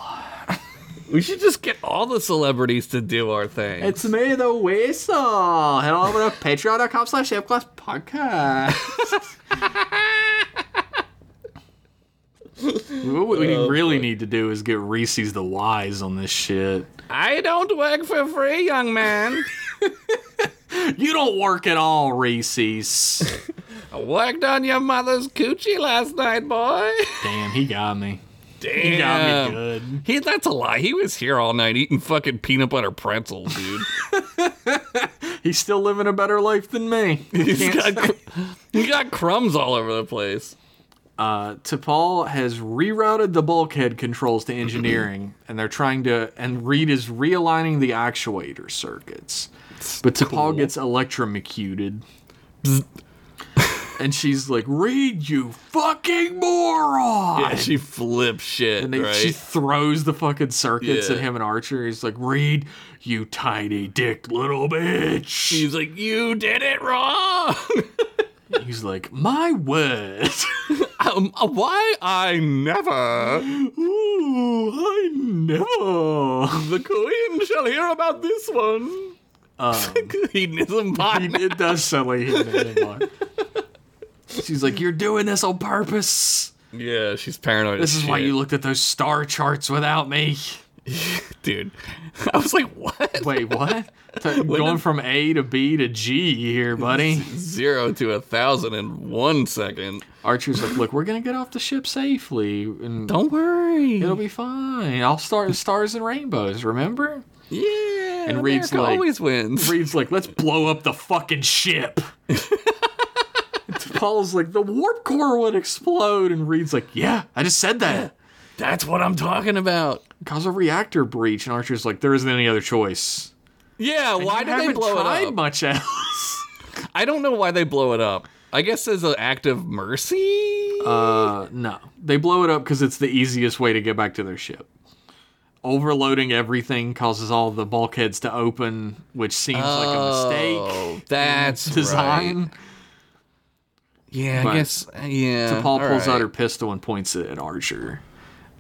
[SPEAKER 2] We should just get all the celebrities to do our thing.
[SPEAKER 1] It's me, the Weasel. Head on over to patreon.com slash mclass podcast. what we really need to do is get Reese's the Wise on this shit.
[SPEAKER 2] I don't work for free, young man.
[SPEAKER 1] You don't work at all, Reese's.
[SPEAKER 2] I worked on your mother's coochie last night, boy.
[SPEAKER 1] Damn, he got me.
[SPEAKER 2] Damn.
[SPEAKER 1] He got me good.
[SPEAKER 2] He, that's a lie. He was here all night eating fucking peanut butter pretzels, dude.
[SPEAKER 1] He's still living a better life than me.
[SPEAKER 2] He's
[SPEAKER 1] Can't
[SPEAKER 2] got,
[SPEAKER 1] say-
[SPEAKER 2] cr- he got crumbs all over the place.
[SPEAKER 1] uh, T'Pol has rerouted the bulkhead controls to engineering, and they're trying to. And Reed is realigning the actuator circuits, but T'Pol
[SPEAKER 2] cool.
[SPEAKER 1] gets electrocuted. and she's like, "Reed, you fucking moron!"
[SPEAKER 2] Yeah, Ah, she flips shit,
[SPEAKER 1] And they,
[SPEAKER 2] right?
[SPEAKER 1] she throws the fucking circuits
[SPEAKER 2] Yeah.
[SPEAKER 1] at him and Archer. He's like, Reed, you tiny dick little bitch.
[SPEAKER 2] She's like, "You did it wrong."
[SPEAKER 1] He's like, my word.
[SPEAKER 2] um, why I never.
[SPEAKER 1] Ooh, I never.
[SPEAKER 2] The queen shall hear about this one. Hedonism
[SPEAKER 1] Um, He-
[SPEAKER 2] partner.
[SPEAKER 1] it does sound like he didn't anymore. She's like, you're doing this on purpose.
[SPEAKER 2] Yeah, she's paranoid.
[SPEAKER 1] This
[SPEAKER 2] as
[SPEAKER 1] is why
[SPEAKER 2] shit.
[SPEAKER 1] you looked at those star charts without me.
[SPEAKER 2] dude. I was like, "What?"
[SPEAKER 1] Wait, what? T- Going from A to B to G here, buddy.
[SPEAKER 2] Zero to a thousand in one second.
[SPEAKER 1] Archer's like, look, we're gonna get off the ship safely, and
[SPEAKER 2] Don't worry.
[SPEAKER 1] It'll be fine. I'll start with stars and rainbows, remember?
[SPEAKER 2] yeah,
[SPEAKER 1] And Reed's
[SPEAKER 2] America
[SPEAKER 1] like-
[SPEAKER 2] always wins.
[SPEAKER 1] Reed's like, let's blow up the fucking ship. Paul's like, the warp core would explode. And Reed's like, yeah, I just said that.
[SPEAKER 2] That's what I'm talking about.
[SPEAKER 1] Cause a reactor breach. And Archer's like, there isn't any other choice.
[SPEAKER 2] Yeah, why
[SPEAKER 1] You
[SPEAKER 2] do they
[SPEAKER 1] haven't
[SPEAKER 2] blow
[SPEAKER 1] tried
[SPEAKER 2] it up?
[SPEAKER 1] much else.
[SPEAKER 2] I don't know why they blow it up. I guess as an act of mercy.
[SPEAKER 1] Uh, no. They blow it up because it's the easiest way to get back to their ship. Overloading everything causes all the bulkheads to open, which seems like a mistake. Mm,
[SPEAKER 2] Oh, that's
[SPEAKER 1] Design.
[SPEAKER 2] right. Yeah,
[SPEAKER 1] But-
[SPEAKER 2] I guess. Yeah.
[SPEAKER 1] Paul
[SPEAKER 2] all
[SPEAKER 1] pulls
[SPEAKER 2] right.
[SPEAKER 1] out her pistol and points it at Archer.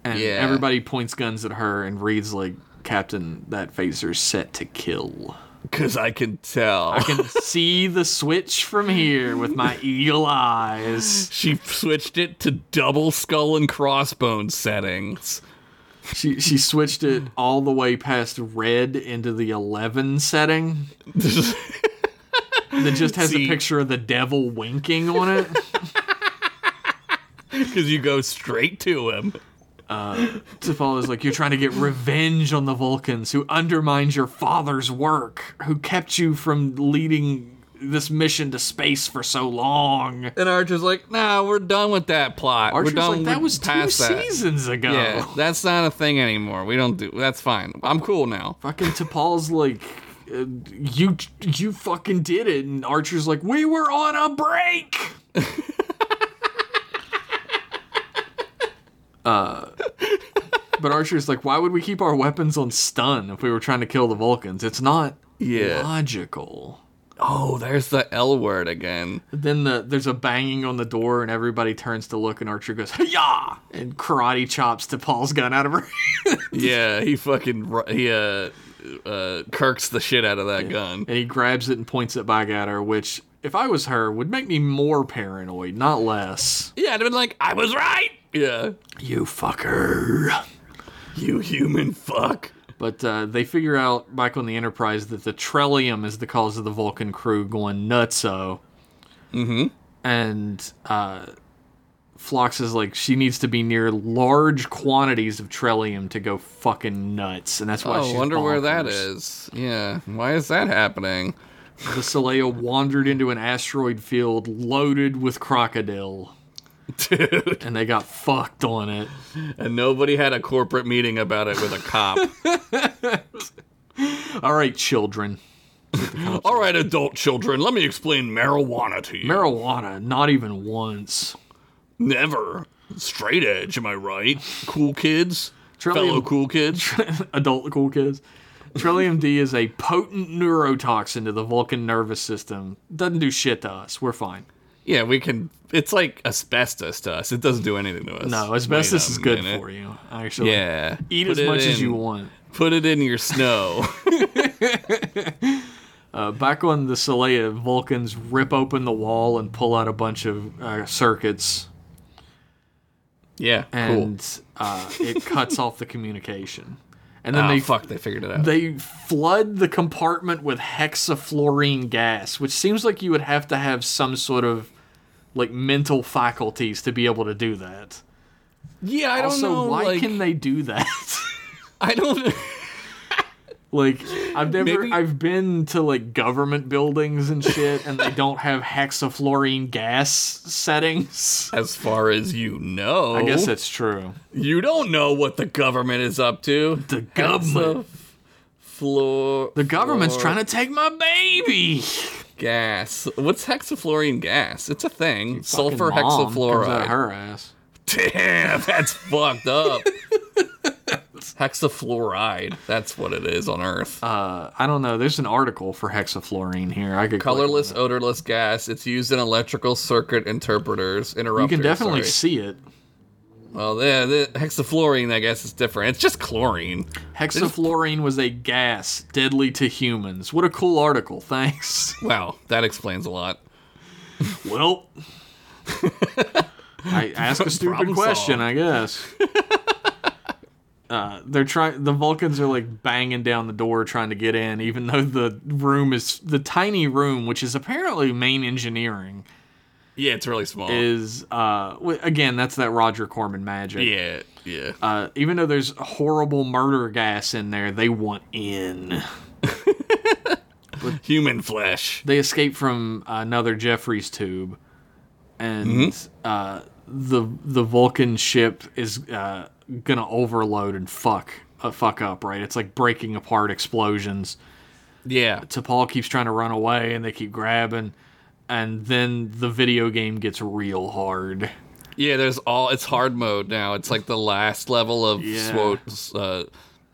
[SPEAKER 1] And
[SPEAKER 2] Yeah.
[SPEAKER 1] everybody points guns at her and reads like, Captain, that phaser's set to kill.
[SPEAKER 2] Cause I can tell.
[SPEAKER 1] I can see the switch from here with my eagle eyes.
[SPEAKER 2] she switched it to double skull and crossbones settings.
[SPEAKER 1] She she switched
[SPEAKER 2] Hmm.
[SPEAKER 1] it all the way past red into the eleven setting that just has
[SPEAKER 2] See.
[SPEAKER 1] a picture of the devil winking on it.
[SPEAKER 2] Cause you go straight to him.
[SPEAKER 1] T'Pol is like, you're trying to get revenge on the Vulcans who undermined your father's work, who kept you from leading this mission to space for so long.
[SPEAKER 2] And Archer's like, nah, we're done with that plot.
[SPEAKER 1] Archer's
[SPEAKER 2] we're done
[SPEAKER 1] like, that
[SPEAKER 2] we're
[SPEAKER 1] was two
[SPEAKER 2] past that.
[SPEAKER 1] seasons ago.
[SPEAKER 2] Yeah, that's not a thing anymore. We don't do. That's fine. I'm cool now.
[SPEAKER 1] Fucking T'Pol's like, uh, you you fucking did it, and Archer's like, we were on a break. uh, Uh, but Archer's like, why would we keep our weapons on stun if we were trying to kill the Vulcans? It's not
[SPEAKER 2] Yeah.
[SPEAKER 1] logical.
[SPEAKER 2] Oh, there's the L word again.
[SPEAKER 1] Then the there's a banging on the door and everybody turns to look and Archer goes yeah and karate chops to Paul's gun out of her.
[SPEAKER 2] Yeah, he fucking ru- he uh, uh kirks the shit out of that gun.
[SPEAKER 1] and he grabs it and points it back at her, which if I was her would make me more paranoid, not less.
[SPEAKER 2] Yeah, I'd have been like, I was right. Yeah,
[SPEAKER 1] You fucker.
[SPEAKER 2] you human fuck.
[SPEAKER 1] But uh, they figure out back on the Enterprise that the Trellium is the cause of the Vulcan crew going nutso. Mm-hmm. And uh, Phlox is like she needs to be near large quantities of Trellium to go fucking nuts, and that's why
[SPEAKER 2] Oh,
[SPEAKER 1] she's
[SPEAKER 2] wonder where that
[SPEAKER 1] bonkers.
[SPEAKER 2] is. Yeah, why is that happening?
[SPEAKER 1] The Celea wandered into an asteroid field loaded with crocodile,
[SPEAKER 2] Dude,
[SPEAKER 1] and they got fucked on it.
[SPEAKER 2] and nobody had a corporate meeting about it with a cop.
[SPEAKER 1] All right, children.
[SPEAKER 2] All right, adult children, let me explain marijuana to you.
[SPEAKER 1] Marijuana, not even once.
[SPEAKER 2] Never. Straight edge, am I right? Cool kids?
[SPEAKER 1] Trillium-
[SPEAKER 2] Fellow cool kids?
[SPEAKER 1] Adult cool kids. Trillium D is a potent neurotoxin to the Vulcan nervous system. Doesn't do shit to us. We're fine.
[SPEAKER 2] yeah, we can. It's like asbestos to us. It doesn't do anything to us.
[SPEAKER 1] No, asbestos is good for
[SPEAKER 2] you.
[SPEAKER 1] you. Actually,
[SPEAKER 2] Yeah.
[SPEAKER 1] Eat
[SPEAKER 2] Put
[SPEAKER 1] as
[SPEAKER 2] it
[SPEAKER 1] much as
[SPEAKER 2] in-
[SPEAKER 1] you want.
[SPEAKER 2] Put it in your snow.
[SPEAKER 1] Uh, back on the Celea, Vulcans rip open the wall and pull out a bunch of uh, circuits,
[SPEAKER 2] yeah, cool.
[SPEAKER 1] and uh, it cuts off the communication. And then
[SPEAKER 2] Ah,
[SPEAKER 1] they
[SPEAKER 2] fuck, they figured it out.
[SPEAKER 1] they flood the compartment with hexafluorine gas, which seems like you would have to have some sort of like mental faculties to be able to do that.
[SPEAKER 2] yeah, I don't
[SPEAKER 1] Also,
[SPEAKER 2] know.
[SPEAKER 1] why
[SPEAKER 2] like,
[SPEAKER 1] can they do that?
[SPEAKER 2] I don't.
[SPEAKER 1] like I've never
[SPEAKER 2] Maybe-
[SPEAKER 1] I've been to like government buildings and shit and they don't have hexafluorine gas settings. Oh.
[SPEAKER 2] as far as you know,
[SPEAKER 1] I guess that's true.
[SPEAKER 2] you don't know what the government is up to.
[SPEAKER 1] The government.
[SPEAKER 2] Floor.
[SPEAKER 1] The government's trying to take my baby.
[SPEAKER 2] gas. What's hexafluorine gas? It's a thing. Sulfur
[SPEAKER 1] Fucking mom Comes out of
[SPEAKER 2] hexafluoride.
[SPEAKER 1] her ass.
[SPEAKER 2] Damn, that's fucked up. hexafluoride. That's what it is on Earth.
[SPEAKER 1] Uh, I don't know. There's an article for hexafluorine here. I could click on
[SPEAKER 2] Colorless,
[SPEAKER 1] it.
[SPEAKER 2] odorless gas. It's used in electrical circuit interpreters. Interrupters.
[SPEAKER 1] You can definitely
[SPEAKER 2] sorry.
[SPEAKER 1] see it.
[SPEAKER 2] Well, the, the hexafluorine, I guess, is different. It's just chlorine.
[SPEAKER 1] Hexafluorine was a gas deadly to humans. What a cool article. Thanks.
[SPEAKER 2] Wow, that explains a lot.
[SPEAKER 1] Well, I ask a stupid
[SPEAKER 2] Problem
[SPEAKER 1] question,
[SPEAKER 2] solved.
[SPEAKER 1] I guess. Uh, they're trying. The Vulcans are like banging down the door, trying to get in, even though the room is the tiny room, which is apparently main engineering,
[SPEAKER 2] Yeah, it's really small.
[SPEAKER 1] is uh w- again that's that Roger Corman magic.
[SPEAKER 2] yeah, yeah.
[SPEAKER 1] Uh, even though there's horrible murder gas in there, they want in.
[SPEAKER 2] Human flesh.
[SPEAKER 1] they escape from another Jeffrey's tube, and uh, the the Vulcan ship is uh, gonna overload and fuck uh, fuck up. Right, it's like breaking apart explosions.
[SPEAKER 2] Yeah.
[SPEAKER 1] T'Pol keeps trying to run away, and they keep grabbing, and then the video game gets real hard.
[SPEAKER 2] Yeah, there's all. It's hard mode now. It's like the last level of
[SPEAKER 1] Yeah.
[SPEAKER 2] SWOT. Uh,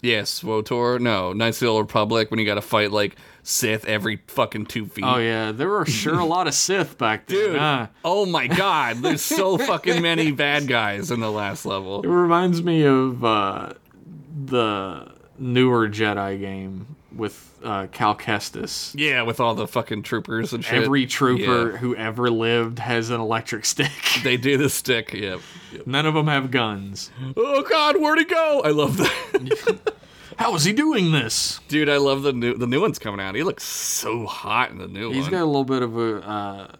[SPEAKER 2] yeah, SWOTOR. No, Knights of the Old Republic when you got to fight like Sith every fucking two feet.
[SPEAKER 1] Oh yeah, Ah. there were sure a lot of Sith back then.
[SPEAKER 2] Dude,
[SPEAKER 1] huh?
[SPEAKER 2] oh my god, there's so fucking many bad guys in the last level.
[SPEAKER 1] It reminds me of uh, the newer Jedi game with uh, Cal Kestis.
[SPEAKER 2] Yeah, with all the fucking troopers and shit.
[SPEAKER 1] Every trooper
[SPEAKER 2] Yeah.
[SPEAKER 1] who ever lived has an electric stick.
[SPEAKER 2] They do the stick. Yep. yep.
[SPEAKER 1] None of them have guns.
[SPEAKER 2] Oh god, where'd he go? I love that.
[SPEAKER 1] How is he doing this?
[SPEAKER 2] Dude, I love the new the new one's coming out. He looks so hot in the new
[SPEAKER 1] He's
[SPEAKER 2] one.
[SPEAKER 1] got a little bit of a uh,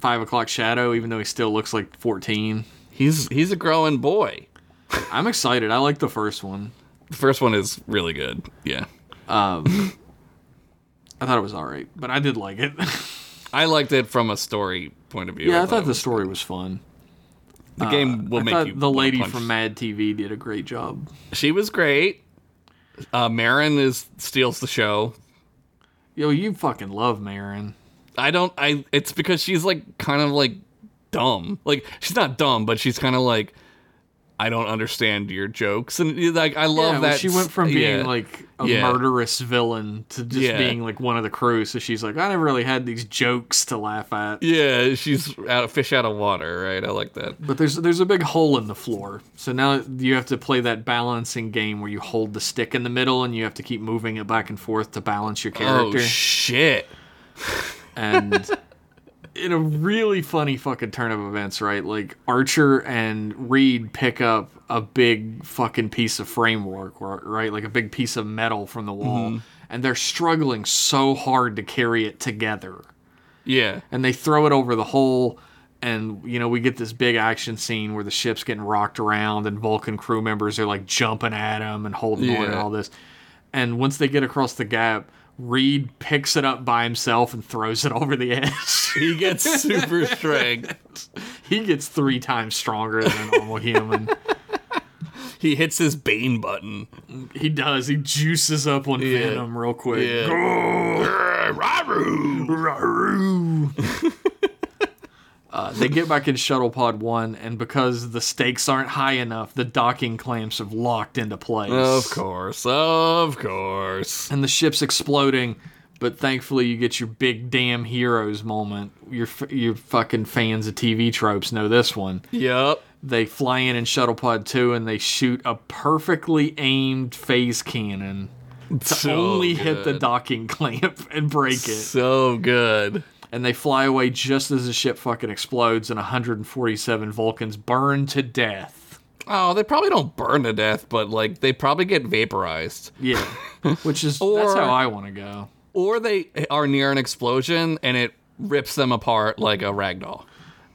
[SPEAKER 1] five o'clock shadow, even though he still looks like fourteen.
[SPEAKER 2] he's he's a growing boy.
[SPEAKER 1] I'm excited. I like the first one.
[SPEAKER 2] The first one is really good. Yeah.
[SPEAKER 1] I thought it was all right, but I did like it.
[SPEAKER 2] I liked it from a story point of view.
[SPEAKER 1] yeah, I
[SPEAKER 2] it
[SPEAKER 1] thought the
[SPEAKER 2] was-
[SPEAKER 1] story was fun.
[SPEAKER 2] the game will
[SPEAKER 1] I
[SPEAKER 2] make
[SPEAKER 1] thought
[SPEAKER 2] you.
[SPEAKER 1] the
[SPEAKER 2] wanna
[SPEAKER 1] lady
[SPEAKER 2] punch.
[SPEAKER 1] from Mad TV did a great job.
[SPEAKER 2] she was great. Uh, Marin is steals the show.
[SPEAKER 1] Yo, you fucking love Marin.
[SPEAKER 2] I don't. I. It's because she's like kind of like dumb. Like she's not dumb, but she's kind of like I don't understand your jokes, and like I love
[SPEAKER 1] yeah, well,
[SPEAKER 2] that
[SPEAKER 1] she went from
[SPEAKER 2] s-
[SPEAKER 1] being
[SPEAKER 2] yeah.
[SPEAKER 1] like a
[SPEAKER 2] Yeah.
[SPEAKER 1] murderous villain to just
[SPEAKER 2] Yeah.
[SPEAKER 1] being like one of the crew. So she's like, I never really had these jokes to laugh at.
[SPEAKER 2] Yeah, she's out of fish out of water, right? I like that.
[SPEAKER 1] But there's there's a big hole in the floor. So now you have to play that balancing game where you hold the stick in the middle and you have to keep moving it back and forth to balance your character.
[SPEAKER 2] Oh shit!
[SPEAKER 1] and in a really funny fucking turn of events, right? Like Archer and Reed pick up a big fucking piece of framework, or- right? Like a big piece of metal from the wall, and they're struggling so hard to carry it together.
[SPEAKER 2] Yeah,
[SPEAKER 1] And they throw it over the hole, and you know we get this big action scene where the ship's getting rocked around and Vulcan crew members are like jumping at him and holding on and
[SPEAKER 2] Yeah.
[SPEAKER 1] all this. And once they get across the gap, Reed picks it up by himself and throws it over the edge.
[SPEAKER 2] He gets super strength.
[SPEAKER 1] he gets three times stronger than a normal human.
[SPEAKER 2] He hits his Bane button.
[SPEAKER 1] He does. He juices up on Venom real quick. Uh, they get back in shuttle pod one, and because the stakes aren't high enough, the docking clamps have locked into place.
[SPEAKER 2] Of course, of course.
[SPEAKER 1] and the ship's exploding. But thankfully, you get your big damn heroes moment. Your f- your fucking fans of TV tropes know this one.
[SPEAKER 2] Yep.
[SPEAKER 1] They fly in in shuttle pod two, and they shoot a perfectly aimed phase cannon to
[SPEAKER 2] So
[SPEAKER 1] only hit the
[SPEAKER 2] good.
[SPEAKER 1] docking clamp and break it.
[SPEAKER 2] So good.
[SPEAKER 1] and they fly away just as the ship fucking explodes and 147 Vulcans burn to death.
[SPEAKER 2] Oh, they probably don't burn to death, but like they probably get vaporized.
[SPEAKER 1] Yeah. Which is that's
[SPEAKER 2] Or-
[SPEAKER 1] how I want to go.
[SPEAKER 2] Or they are near an explosion and it rips them apart like a ragdoll.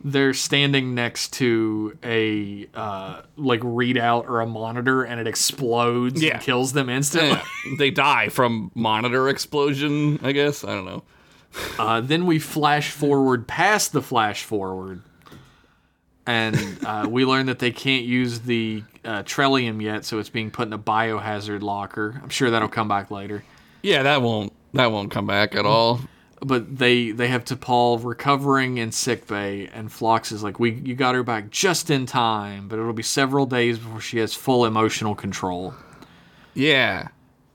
[SPEAKER 1] They're standing next to a uh, like readout or a monitor and it explodes
[SPEAKER 2] Yeah.
[SPEAKER 1] and kills them instantly.
[SPEAKER 2] Yeah, they die from monitor explosion, I guess. I don't know.
[SPEAKER 1] Uh, then we flash forward past the flash forward, and uh, we learn that they can't use the uh, Trellium yet, so it's being put in a biohazard locker. I'm sure that'll come back later.
[SPEAKER 2] Yeah, that won't that won't come back at all.
[SPEAKER 1] But they they have T'Pol recovering in sickbay, and Phlox is like, "We you got her back just in time, but it'll be several days before she has full emotional control.
[SPEAKER 2] Yeah.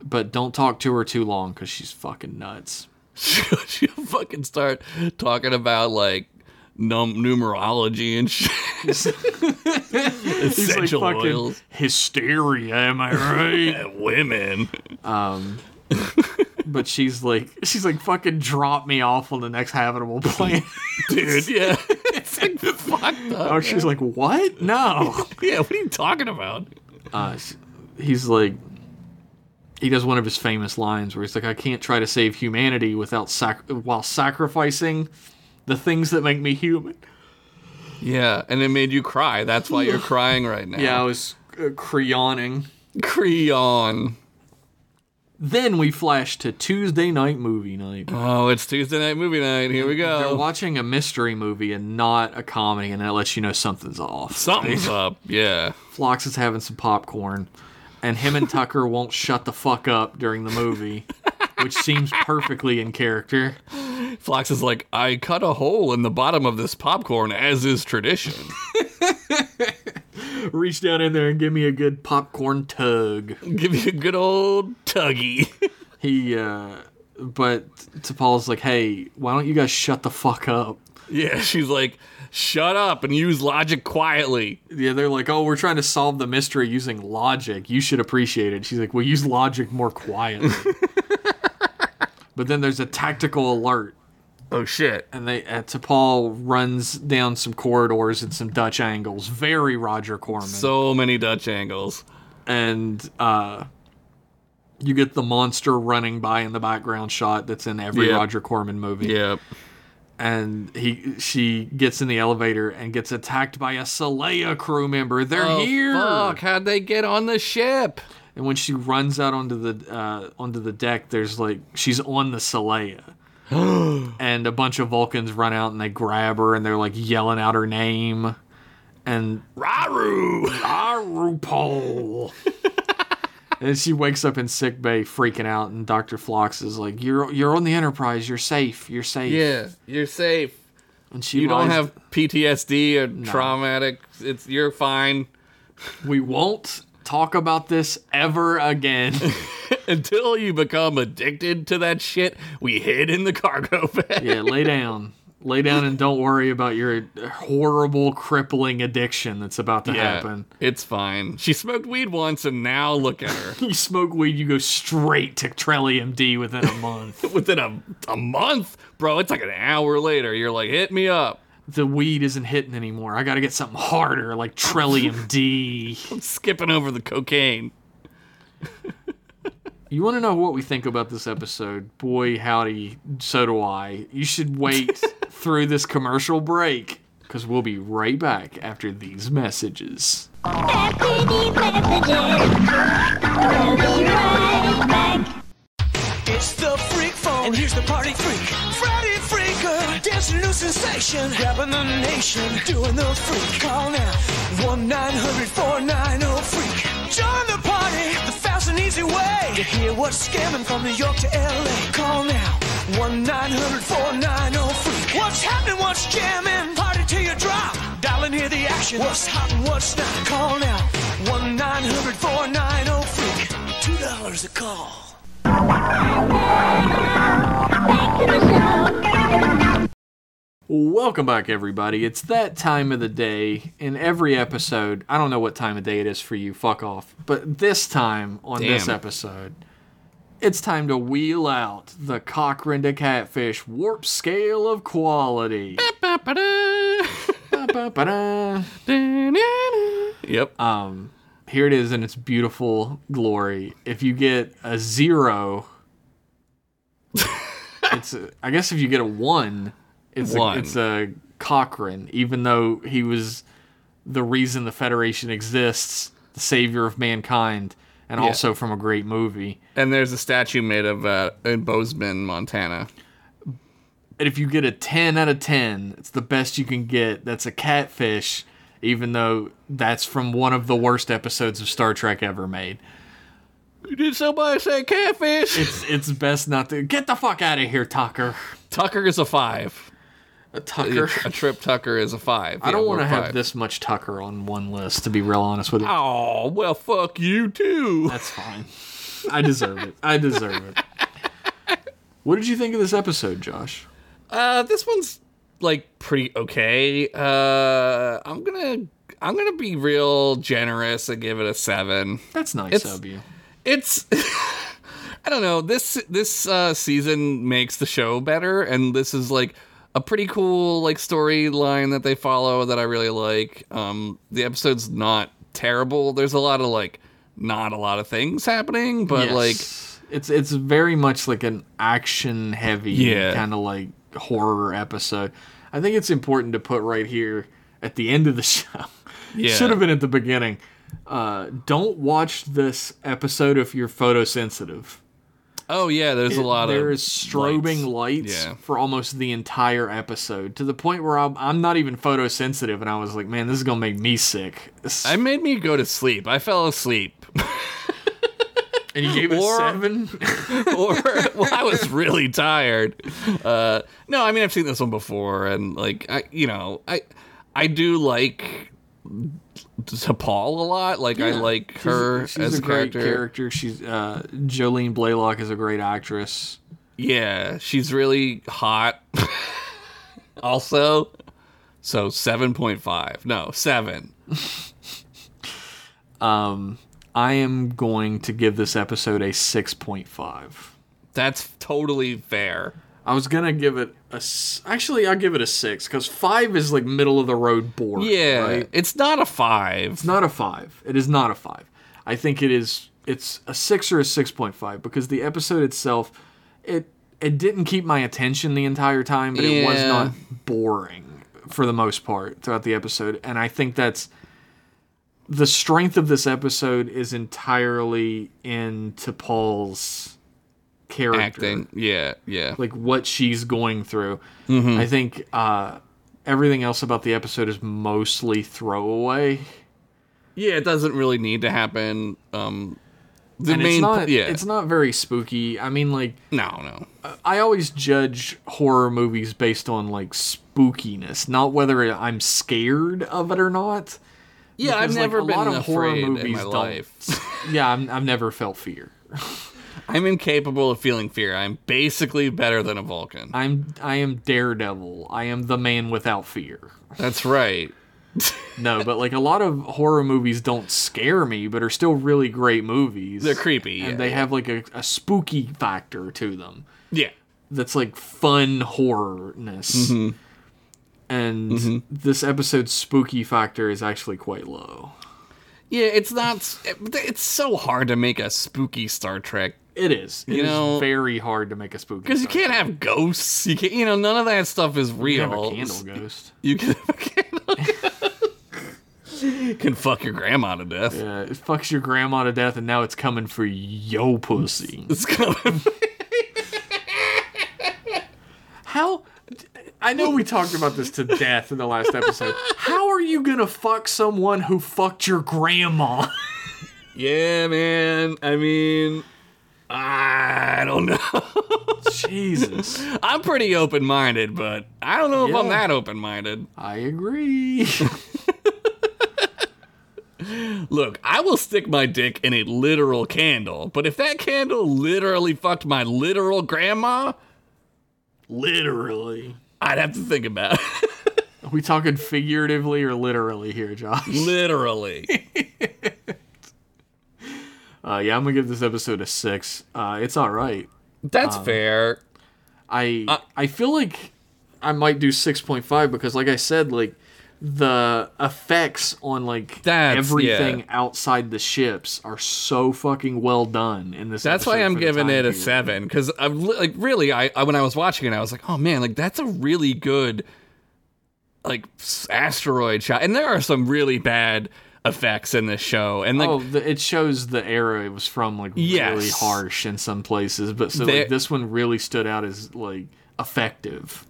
[SPEAKER 1] But don't talk to her too long, cause she's fucking nuts."
[SPEAKER 2] she'll, she'll fucking start talking about like num- numerology and shit.
[SPEAKER 1] He's
[SPEAKER 2] Essential
[SPEAKER 1] like fucking
[SPEAKER 2] oils.
[SPEAKER 1] hysteria, am I right?
[SPEAKER 2] And women.
[SPEAKER 1] But she's like, she's like, fucking drop me off on the next habitable planet.
[SPEAKER 2] Dude, yeah. it's like fucked up.
[SPEAKER 1] oh, she's like, what? No.
[SPEAKER 2] Yeah, what are you talking about?
[SPEAKER 1] Uh, s- he's like, he does one of his famous lines where he's like, I can't try to save humanity without sac- while sacrificing the things that make me human.
[SPEAKER 2] Yeah, and it made you cry. That's why you're crying right now.
[SPEAKER 1] Yeah, I was uh, creoning.
[SPEAKER 2] Creon.
[SPEAKER 1] Then we flash to Tuesday night movie night.
[SPEAKER 2] Oh, it's Tuesday night movie night. Here we
[SPEAKER 1] They're
[SPEAKER 2] go.
[SPEAKER 1] watching a mystery movie and not a comedy, and that lets you know something's off.
[SPEAKER 2] Something's up. Yeah.
[SPEAKER 1] Phlox is having some popcorn, and him and Tucker won't shut the fuck up during the movie, which seems perfectly in character.
[SPEAKER 2] Flox is like, I cut a hole in the bottom of this popcorn, as is tradition.
[SPEAKER 1] Reach down in there and give me a good popcorn tug.
[SPEAKER 2] Give me a good old tuggy.
[SPEAKER 1] He, uh, but T'Pol's like, hey, why don't you guys shut the fuck up?
[SPEAKER 2] Yeah, she's like, shut up and use logic quietly.
[SPEAKER 1] Yeah, they're like, oh, we're trying to solve the mystery using logic. You should appreciate it. She's like, well, use logic more quietly. but then there's a tactical alert
[SPEAKER 2] Oh shit.
[SPEAKER 1] and they uh, T'Pol runs down some corridors and some Dutch angles, very Roger Corman.
[SPEAKER 2] So many Dutch angles.
[SPEAKER 1] and uh, you get the monster running by in the background shot that's in every
[SPEAKER 2] Yeah.
[SPEAKER 1] Roger Corman movie.
[SPEAKER 2] Yep.
[SPEAKER 1] And he she gets in the elevator and gets attacked by a Saleya crew member. They're
[SPEAKER 2] Oh,
[SPEAKER 1] here.
[SPEAKER 2] Fuck, how'd they get on the ship?
[SPEAKER 1] And when she runs out onto the uh, onto the deck, there's like she's on the Saleya. and a bunch of Vulcans run out and they grab her and they're like yelling out her name. And
[SPEAKER 2] Raru!
[SPEAKER 1] Ah, RuPaul. and she wakes up in sick bay freaking out, and Doctor Flox is like, "You're you're on the Enterprise. You're safe. You're safe."
[SPEAKER 2] Yeah, you're safe.
[SPEAKER 1] And she
[SPEAKER 2] You don't
[SPEAKER 1] lies-
[SPEAKER 2] have PTSD or traumatic it's you're fine.
[SPEAKER 1] We won't talk about this ever again.
[SPEAKER 2] Until you become addicted to that shit, we hid in the cargo bay.
[SPEAKER 1] yeah, lay down. Lay down and don't worry about your horrible, crippling addiction that's about to happen.
[SPEAKER 2] It's fine. She smoked weed once and now look at her.
[SPEAKER 1] You smoke weed, you go straight to Trellium D within a month.
[SPEAKER 2] within a, a month, bro. It's like an hour later. You're like, hit me up.
[SPEAKER 1] the weed isn't hitting anymore. I gotta get something harder, like Trellium D.
[SPEAKER 2] I'm skipping over the cocaine.
[SPEAKER 1] You want to know what we think about this episode? Boy, howdy, so do I. You should wait through this commercial break because we'll be right back after these messages.
[SPEAKER 6] After these messages, we'll be right back.
[SPEAKER 7] It's the freak phone, and here's the party freak, Freddy Freaker, dancing new sensation, grabbing the nation, doing the freak. Call now, one 900 freak. Join the party, the fast and easy way to hear what's scamming from New York to L.A. Call now, one 900 freak. What's happening? What's jamming? Party till you drop. Dial and hear the action. What's hot and what's not? Call now, one 900 freak. Two dollars a call.
[SPEAKER 6] Back to the show.
[SPEAKER 1] Welcome back, everybody. It's that time of the day in every episode. I don't know what time of day it is for you, fuck off. But this time on this
[SPEAKER 2] Damn.
[SPEAKER 1] episode, it's time to wheel out the Cochrane to Catfish Warp Scale of Quality. Ba-ba-ba-da.
[SPEAKER 2] Yep. Uh,
[SPEAKER 1] Here it is in its beautiful glory. If you get a zero, it's a, I guess if you get a one, it's
[SPEAKER 2] One.
[SPEAKER 1] A, it's a Cochrane, even though he was the reason the Federation exists, the savior of mankind, and also from a great movie.
[SPEAKER 2] and there's a statue made of uh, in Bozeman, Montana.
[SPEAKER 1] And if you get a ten out of ten, it's the best you can get. That's a catfish, even though that's from one of the worst episodes of Star Trek ever made.
[SPEAKER 2] Did somebody say catfish?
[SPEAKER 1] It's it's best not to get the fuck out of here, Tucker.
[SPEAKER 2] Tucker is a five.
[SPEAKER 1] A
[SPEAKER 2] A,
[SPEAKER 1] Tucker.
[SPEAKER 2] a trip Tucker is a five.
[SPEAKER 1] I don't want to have
[SPEAKER 2] this.
[SPEAKER 1] this much Tucker on one list. To be real honest with you,
[SPEAKER 2] Oh, well, fuck you too.
[SPEAKER 1] that's fine. I deserve it. I deserve it. What did you think of this episode, Josh?
[SPEAKER 2] Uh, this one's like pretty okay. Uh, I'm gonna I'm gonna be real generous and give it a seven.
[SPEAKER 1] That's nice
[SPEAKER 2] It's-
[SPEAKER 1] of you.
[SPEAKER 2] It's I don't know this this uh, season makes the show better, and this is like a pretty cool like storyline that they follow that I really like. Um, the episode's not terrible. There's a lot of like not a lot of things happening, but like
[SPEAKER 1] Yes. it's it's very much like an action heavy
[SPEAKER 2] Yeah.
[SPEAKER 1] kind of like horror episode. I think it's important to put right here at the end of the show.
[SPEAKER 2] Yeah.
[SPEAKER 1] Should have been at the beginning. Uh, don't watch this episode if you're photosensitive.
[SPEAKER 2] oh yeah, there's a
[SPEAKER 1] it-
[SPEAKER 2] lot of
[SPEAKER 1] there is strobing lights,
[SPEAKER 2] Yeah.
[SPEAKER 1] for almost the entire episode to the point where I'm, I'm not even photosensitive and i was like man this is gonna make me sick
[SPEAKER 2] It made me go to sleep. I fell asleep.
[SPEAKER 1] and you gave it
[SPEAKER 2] or-
[SPEAKER 1] a seven
[SPEAKER 2] or well, I was really tired. Uh, no, I mean I've seen this one before, and like I, you know, I I do like T'Pol a lot. Like I like her
[SPEAKER 1] she's
[SPEAKER 2] as
[SPEAKER 1] a
[SPEAKER 2] a
[SPEAKER 1] great
[SPEAKER 2] character.
[SPEAKER 1] character, she's uh, jolene blaylock is a great actress
[SPEAKER 2] Yeah, she's really hot. also, so seven point five. No, seven.
[SPEAKER 1] i am going to give this episode a 6.5
[SPEAKER 2] That's totally fair.
[SPEAKER 1] I was gonna give it a. s- Actually, I'll give it a six because five is like middle of the road board.
[SPEAKER 2] Yeah,
[SPEAKER 1] right?
[SPEAKER 2] it's not a five.
[SPEAKER 1] It's not a five. It is not a five. I think it is. It's a six or a six point five because the episode itself, it it didn't keep my attention the entire time, but it was
[SPEAKER 2] Yeah.
[SPEAKER 1] not boring for the most part throughout the episode, and I think that's the strength of this episode is entirely into Paul's character
[SPEAKER 2] Acting. Yeah, yeah.
[SPEAKER 1] like what she's going through.
[SPEAKER 2] Mm-hmm.
[SPEAKER 1] I think uh, everything else about the episode is mostly throwaway.
[SPEAKER 2] Yeah, it doesn't really need to happen. Um, the
[SPEAKER 1] and
[SPEAKER 2] main,
[SPEAKER 1] it's not
[SPEAKER 2] yeah,
[SPEAKER 1] it's not very spooky. I mean, like
[SPEAKER 2] no, no,
[SPEAKER 1] I always judge horror movies based on like spookiness, not whether I'm scared of it or not.
[SPEAKER 2] yeah. I've
[SPEAKER 1] Because, like,
[SPEAKER 2] never
[SPEAKER 1] a
[SPEAKER 2] been
[SPEAKER 1] lot of horror
[SPEAKER 2] afraid in
[SPEAKER 1] movies
[SPEAKER 2] my
[SPEAKER 1] don't-
[SPEAKER 2] life.
[SPEAKER 1] Yeah, I'm, I've never felt fear.
[SPEAKER 2] I'm incapable of feeling fear. I'm basically better than a Vulcan.
[SPEAKER 1] I'm I am Daredevil. I am the man without fear.
[SPEAKER 2] That's right.
[SPEAKER 1] No, but like a lot of horror movies don't scare me, but are still really great movies.
[SPEAKER 2] They're creepy,
[SPEAKER 1] and
[SPEAKER 2] yeah,
[SPEAKER 1] they
[SPEAKER 2] yeah.
[SPEAKER 1] have like a, a spooky factor to them
[SPEAKER 2] Yeah,
[SPEAKER 1] that's like fun horrorness.
[SPEAKER 2] Mm-hmm.
[SPEAKER 1] And this episode's spooky factor is actually quite low.
[SPEAKER 2] yeah. It's not. It's so hard to make a spooky Star Trek
[SPEAKER 1] It is. It is
[SPEAKER 2] You know-
[SPEAKER 1] very hard to make a spooky
[SPEAKER 2] because you
[SPEAKER 1] factor.
[SPEAKER 2] can't have ghosts. You can't. You know, none of that stuff is
[SPEAKER 1] You
[SPEAKER 2] real.
[SPEAKER 1] can't have a candle ghost.
[SPEAKER 2] You can have a Can fuck your grandma to death.
[SPEAKER 1] Uh, it fucks your grandma to death, and now it's coming for yo pussy.
[SPEAKER 2] It's coming.
[SPEAKER 1] How? I know we talked about this to death in the last episode. How are you gonna fuck someone who fucked your grandma?
[SPEAKER 2] yeah, man. I mean, I don't know.
[SPEAKER 1] Jesus.
[SPEAKER 2] I'm pretty open minded, but I don't know if I'm
[SPEAKER 1] Yeah.
[SPEAKER 2] that open minded.
[SPEAKER 1] I agree.
[SPEAKER 2] Look, I will stick my dick in a literal candle, but if that candle literally fucked my literal grandma,
[SPEAKER 1] literally.
[SPEAKER 2] I'd have to think about it.
[SPEAKER 1] Are we talking figuratively or literally here, Josh?
[SPEAKER 2] literally.
[SPEAKER 1] Uh, yeah, I'm gonna give this episode a six. Uh, it's all right.
[SPEAKER 2] That's
[SPEAKER 1] Um,
[SPEAKER 2] fair.
[SPEAKER 1] I
[SPEAKER 2] Uh,
[SPEAKER 1] I feel like I might do six point five because, like I said, like the effects on like
[SPEAKER 2] That's-
[SPEAKER 1] everything
[SPEAKER 2] yeah.
[SPEAKER 1] outside the ships are so fucking well done in this.
[SPEAKER 2] That's why
[SPEAKER 1] episode
[SPEAKER 2] I'm
[SPEAKER 1] for the
[SPEAKER 2] giving
[SPEAKER 1] time
[SPEAKER 2] it a
[SPEAKER 1] period.
[SPEAKER 2] seven because I'm li- like really, I, I when I was watching it, I was like, oh man, like that's a really good like s- asteroid shot, and there are some really bad effects in this show, and like
[SPEAKER 1] oh, the, it shows the era it was from, like really
[SPEAKER 2] Yes.
[SPEAKER 1] harsh in some places, but so
[SPEAKER 2] There-
[SPEAKER 1] like this one really stood out as like effective.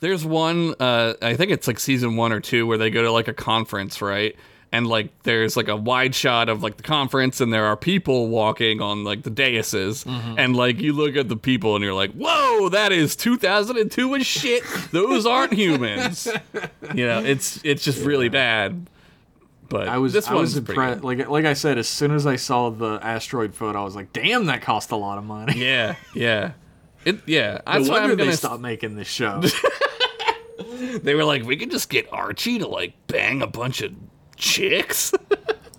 [SPEAKER 2] There's one, uh, I think it's like season one or two, where they go to like a conference, right? And like there's like a wide shot of like the conference, and there are people walking on like the daises,
[SPEAKER 1] Mm-hmm.
[SPEAKER 2] and like you look at the people, and you're like, "Whoa, that is 2002 as shit. Those aren't humans." you know, it's it's just really bad. But
[SPEAKER 1] I was
[SPEAKER 2] this
[SPEAKER 1] I was
[SPEAKER 2] one's pretty
[SPEAKER 1] impressed.
[SPEAKER 2] good.
[SPEAKER 1] Like like I said, as soon as I saw the asteroid photo, I was like, damn, that cost a lot of money.
[SPEAKER 2] Yeah, yeah, it yeah.
[SPEAKER 1] No
[SPEAKER 2] That's why
[SPEAKER 1] wonder
[SPEAKER 2] I'm gonna.
[SPEAKER 1] they
[SPEAKER 2] s-
[SPEAKER 1] stopped making this show.
[SPEAKER 2] They were like, we could just get Archie to like bang a bunch of chicks.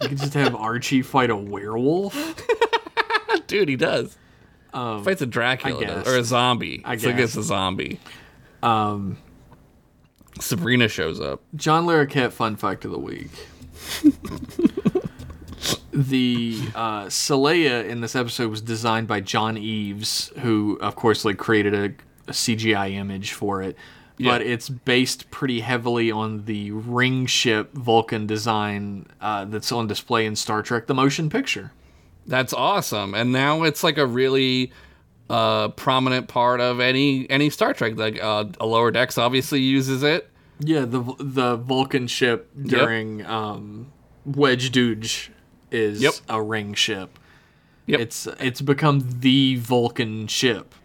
[SPEAKER 1] You could just have Archie fight a werewolf.
[SPEAKER 2] Dude, he does. Fights a Dracula
[SPEAKER 1] Um, I guess.
[SPEAKER 2] does, or a zombie.
[SPEAKER 1] I
[SPEAKER 2] I think
[SPEAKER 1] guess.
[SPEAKER 2] it's a zombie. Um, Sabrina shows up.
[SPEAKER 1] John Larroquette fun fact of the week. the uh, Saleya in this episode was designed by John Eves, who of course like created a, a CGI image for it. But
[SPEAKER 2] Yeah.
[SPEAKER 1] it's based pretty heavily on the ring ship Vulcan design uh, that's on display in Star Trek: The Motion Picture.
[SPEAKER 2] That's awesome. And now it's like a really uh, prominent part of any any Star Trek. Like uh, a lower decks obviously uses it.
[SPEAKER 1] Yeah, the the Vulcan ship during um, Wedge Dooge is
[SPEAKER 2] Yep.
[SPEAKER 1] a ring ship.
[SPEAKER 2] Yep.
[SPEAKER 1] It's it's become the Vulcan ship.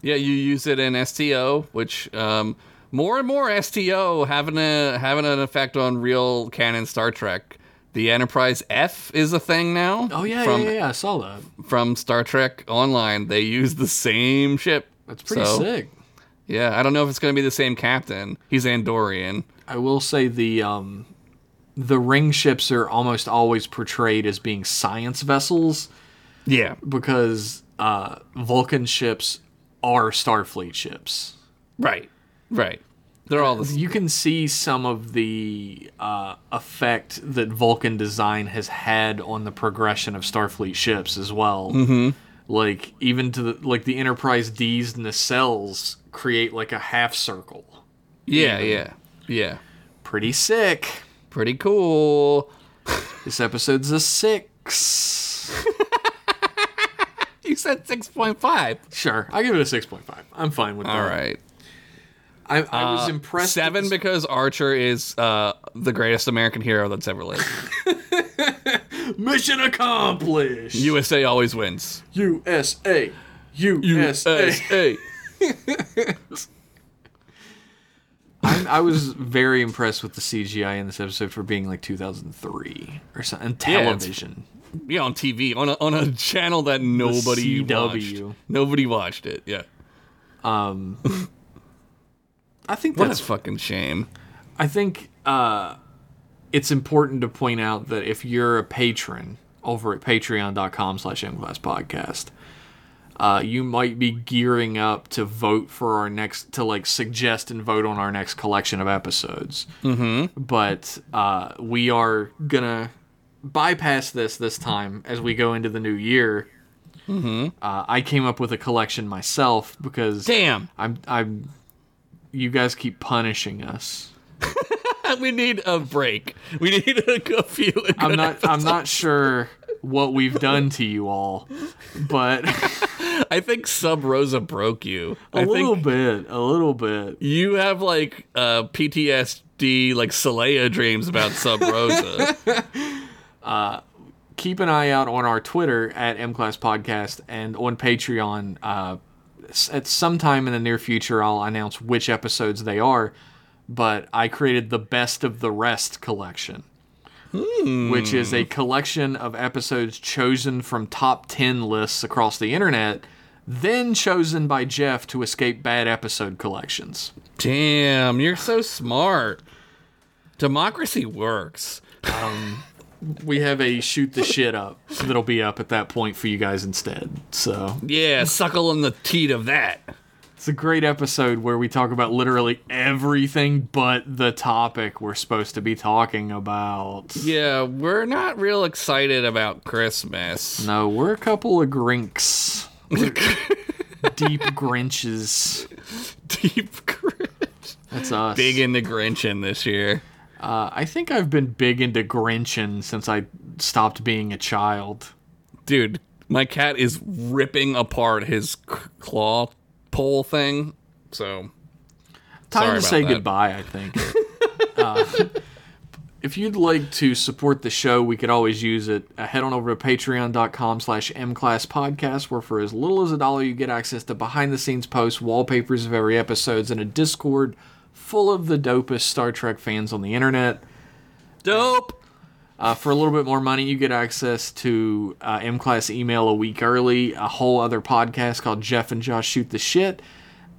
[SPEAKER 2] Yeah, you use it in STO, which um, more and more STO having a having an effect on real canon Star Trek. The Enterprise F is a thing now.
[SPEAKER 1] Oh yeah,
[SPEAKER 2] from
[SPEAKER 1] yeah, yeah, I saw that.
[SPEAKER 2] from Star Trek Online. They use the same ship.
[SPEAKER 1] That's pretty
[SPEAKER 2] So,
[SPEAKER 1] sick.
[SPEAKER 2] Yeah, I don't know if it's going to be the same captain. He's Andorian.
[SPEAKER 1] I will say the um, the ring ships are almost always portrayed as being science vessels
[SPEAKER 2] Yeah.
[SPEAKER 1] because uh, Vulcan ships are Starfleet ships.
[SPEAKER 2] Right. Right. They're all the s-
[SPEAKER 1] You can see some of the uh, effect that Vulcan design has had on the progression of Starfleet ships as well. Mm-hmm. Like even to the like the Enterprise D's nacelles create like a half circle.
[SPEAKER 2] Yeah, yeah. Yeah.
[SPEAKER 1] Pretty sick.
[SPEAKER 2] Pretty cool.
[SPEAKER 1] This episode's a six.
[SPEAKER 2] You said 6.5.
[SPEAKER 1] sure, I give it a six point five. I'm fine with that.
[SPEAKER 2] All right. Uh,
[SPEAKER 1] I, I was impressed. that
[SPEAKER 2] Seven
[SPEAKER 1] this-
[SPEAKER 2] because Archer is uh, the greatest American hero that's ever lived.
[SPEAKER 1] mission accomplished.
[SPEAKER 2] USA always wins.
[SPEAKER 1] USA. USA.
[SPEAKER 2] USA.
[SPEAKER 1] I'm, I was very impressed with the CGI in this episode for being like 2003 or something. And
[SPEAKER 2] Yeah, it's-
[SPEAKER 1] television.
[SPEAKER 2] yeah, on TV on a, on a channel that nobody
[SPEAKER 1] CW.
[SPEAKER 2] watched. Nobody watched it. Yeah.
[SPEAKER 1] I think
[SPEAKER 2] What
[SPEAKER 1] that's.
[SPEAKER 2] a fucking shame.
[SPEAKER 1] I think uh, it's important to point out that if you're a patron over at patreon.com slash podcast, uh, you might be gearing up to vote for our next to like suggest and vote on our next collection of episodes. Mm-hmm. But uh, we are gonna bypass this this time as we go into the new year. Mm-hmm. Uh, I came up with a collection myself because
[SPEAKER 2] Damn.
[SPEAKER 1] I'm I'm you guys keep punishing us.
[SPEAKER 2] we need a break. We need a, a few.
[SPEAKER 1] I'm not. I'm not sure what we've done to you all, but
[SPEAKER 2] I think Sub Rosa broke you.
[SPEAKER 1] a
[SPEAKER 2] I
[SPEAKER 1] little
[SPEAKER 2] think
[SPEAKER 1] bit. A little bit.
[SPEAKER 2] you have like uh, PTSD, like Saleya dreams about Sub Rosa.
[SPEAKER 1] keep an eye out on our Twitter at MClass Podcast and on Patreon. Uh, s- at some time in the near future, I'll announce which episodes they are. But I created the Best of the Rest collection, which is a collection of episodes chosen from top 10 lists across the internet, then chosen by Jeff to escape bad episode collections.
[SPEAKER 2] Damn, you're so smart. Democracy works.
[SPEAKER 1] We have a shoot the shit up that'll be up at that point for you guys instead. So
[SPEAKER 2] Yeah, suckle on the teat of that.
[SPEAKER 1] It's a great episode where we talk about literally everything but the topic we're supposed to be talking about.
[SPEAKER 2] Yeah, we're not real excited about Christmas.
[SPEAKER 1] No, we're a couple of grinks. Deep grinches.
[SPEAKER 2] Deep Grinch.
[SPEAKER 1] That's us.
[SPEAKER 2] Big into Grinchin this year.
[SPEAKER 1] Uh, I think I've been big into grinching since I stopped being a child.
[SPEAKER 2] Dude, my cat is ripping apart his c- claw pole thing. So,
[SPEAKER 1] Time to
[SPEAKER 2] Sorry about
[SPEAKER 1] say
[SPEAKER 2] that.
[SPEAKER 1] goodbye, I think. Uh, if you'd like to support the show, we could always use it. Uh, head on over to patreon.com slash mclasspodcast, where for as little as a dollar, you get access to behind-the-scenes posts, wallpapers of every episodes, and a Discord full of the dopest Star Trek fans on the internet.
[SPEAKER 2] dope.
[SPEAKER 1] Uh, for a little bit more money, you get access to uh, M Class email a week early, a whole other podcast called Jeff and Josh Shoot the Shit.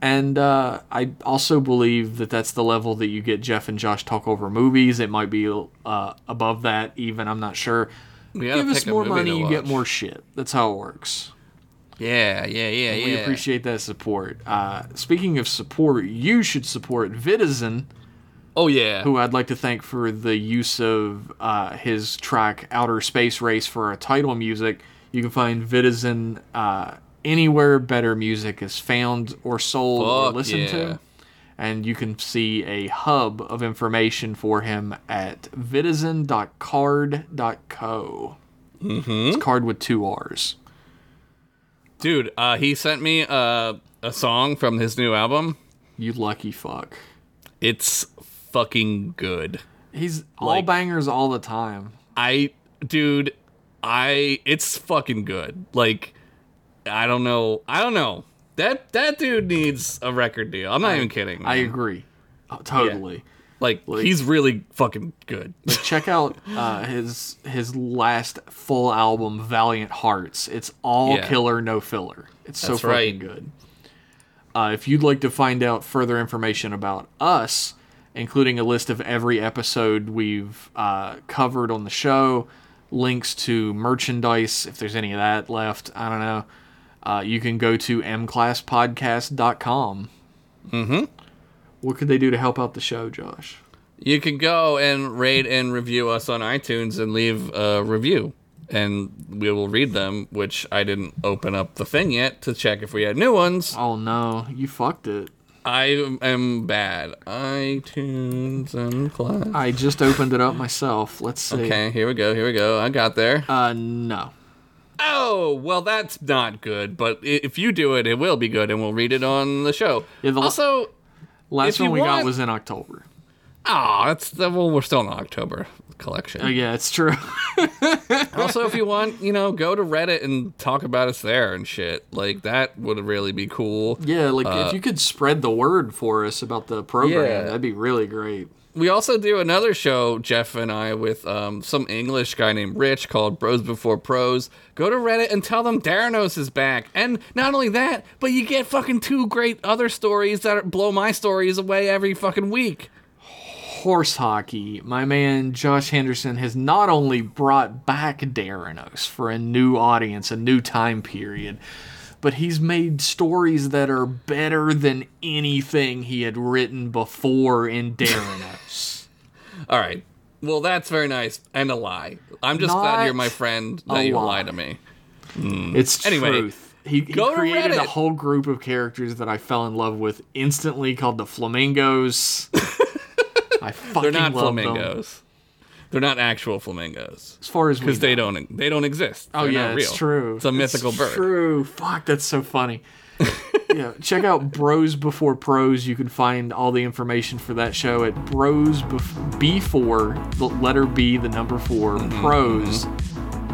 [SPEAKER 1] And uh, I also believe that that's the level that you get Jeff and Josh talk over movies. It might be uh, above that, even. I'm not sure.
[SPEAKER 2] We gotta
[SPEAKER 1] Give us
[SPEAKER 2] pick a
[SPEAKER 1] more
[SPEAKER 2] movie to
[SPEAKER 1] money, you get
[SPEAKER 2] watch.
[SPEAKER 1] more shit. That's how it works.
[SPEAKER 2] Yeah, yeah, yeah, yeah.
[SPEAKER 1] We appreciate that support. Uh, speaking of support, you should support Vitizen
[SPEAKER 2] Oh yeah.
[SPEAKER 1] who I'd like to thank for the use of uh, his track Outer Space Race for our title music. You can find Vitizen uh, anywhere better music is found or sold or
[SPEAKER 2] Fuck
[SPEAKER 1] listened
[SPEAKER 2] yeah.
[SPEAKER 1] to. And you can see a hub of information for him at vitizen.card.co. Mm-hmm. It's card with two R's.
[SPEAKER 2] Dude, uh, he sent me uh, a song from his new album.
[SPEAKER 1] You lucky fuck.
[SPEAKER 2] It's fucking good.
[SPEAKER 1] He's all
[SPEAKER 2] Like-
[SPEAKER 1] bangers all the time.
[SPEAKER 2] I dude, I it's fucking good. Like I don't know. I don't know. That that dude needs a record deal. I'm not even kidding.
[SPEAKER 1] I
[SPEAKER 2] man.
[SPEAKER 1] agree. Oh, totally.
[SPEAKER 2] like,
[SPEAKER 1] like-
[SPEAKER 2] he's really fucking good.
[SPEAKER 1] check out uh, his his last full album, Valiant Hearts. It's all
[SPEAKER 2] Yeah.
[SPEAKER 1] killer, no filler. It's so
[SPEAKER 2] That's
[SPEAKER 1] fucking
[SPEAKER 2] right.
[SPEAKER 1] good. Uh, if you'd like to find out further information about us, including a list of every episode we've uh, covered on the show, links to merchandise, if there's any of that left, I don't know. Uh, you can go to mclasspodcast.com. Mm-hmm. What could they do to help out the show, Josh?
[SPEAKER 2] You can go and rate and review us on iTunes and leave a review, and we will read them. Which I didn't open up the thing yet to check if we had new ones.
[SPEAKER 1] Oh no, you fucked it.
[SPEAKER 2] I am bad. iTunes and class.
[SPEAKER 1] I just opened it up myself. Let's see.
[SPEAKER 2] Okay, here we go. Here we go. I got there.
[SPEAKER 1] Uh, no.
[SPEAKER 2] Oh, well, that's not good. But i- if you do it, it will be good, and we'll read it on the show.
[SPEAKER 1] Yeah, the-
[SPEAKER 2] also,
[SPEAKER 1] Last
[SPEAKER 2] If you
[SPEAKER 1] one we got
[SPEAKER 2] want-
[SPEAKER 1] was in October.
[SPEAKER 2] ah, that's the, well, we're still in October collection.
[SPEAKER 1] Oh, yeah, it's true.
[SPEAKER 2] also, if you want, you know, go to Reddit and talk about us there and shit. Like that would really be cool.
[SPEAKER 1] yeah, like if you could spread the word for us about the program,
[SPEAKER 2] Yeah.
[SPEAKER 1] that'd be really great.
[SPEAKER 2] We also do another show, Jeff and I, with um, some English guy named Rich called Bros Before Pros. Go to Reddit and tell them Daranos is back. And not only that, but you get fucking two great other stories that are- blow my stories away every fucking week.
[SPEAKER 1] Horse hockey. My man Josh Henderson has not only brought back Daranos for a new audience, a new time period, but he's made stories that are better than anything he had written before in Daranos.
[SPEAKER 2] All right. Well, that's very nice and a lie. I'm just
[SPEAKER 1] Not
[SPEAKER 2] glad you're my friend
[SPEAKER 1] a
[SPEAKER 2] that you
[SPEAKER 1] lie.
[SPEAKER 2] lie to me.
[SPEAKER 1] It's
[SPEAKER 2] Anyway,
[SPEAKER 1] truth. He, he
[SPEAKER 2] go to
[SPEAKER 1] created a
[SPEAKER 2] Reddit.
[SPEAKER 1] whole group of characters that I fell in love with instantly called the Flamingos. I fucking
[SPEAKER 2] They're not
[SPEAKER 1] love Them.
[SPEAKER 2] flamingos. They're not actual flamingos
[SPEAKER 1] As far as we
[SPEAKER 2] because they
[SPEAKER 1] know.
[SPEAKER 2] don't e-, they don't exist.
[SPEAKER 1] Oh
[SPEAKER 2] They're
[SPEAKER 1] yeah,
[SPEAKER 2] not real.
[SPEAKER 1] it's true.
[SPEAKER 2] It's a mythical bird.
[SPEAKER 1] True. Fuck, that's so funny. yeah, check out Bros Before Pros. You can find all the information for that show at Bros Bef- Before the letter B, the number 4
[SPEAKER 2] Mm-hmm,
[SPEAKER 1] Pros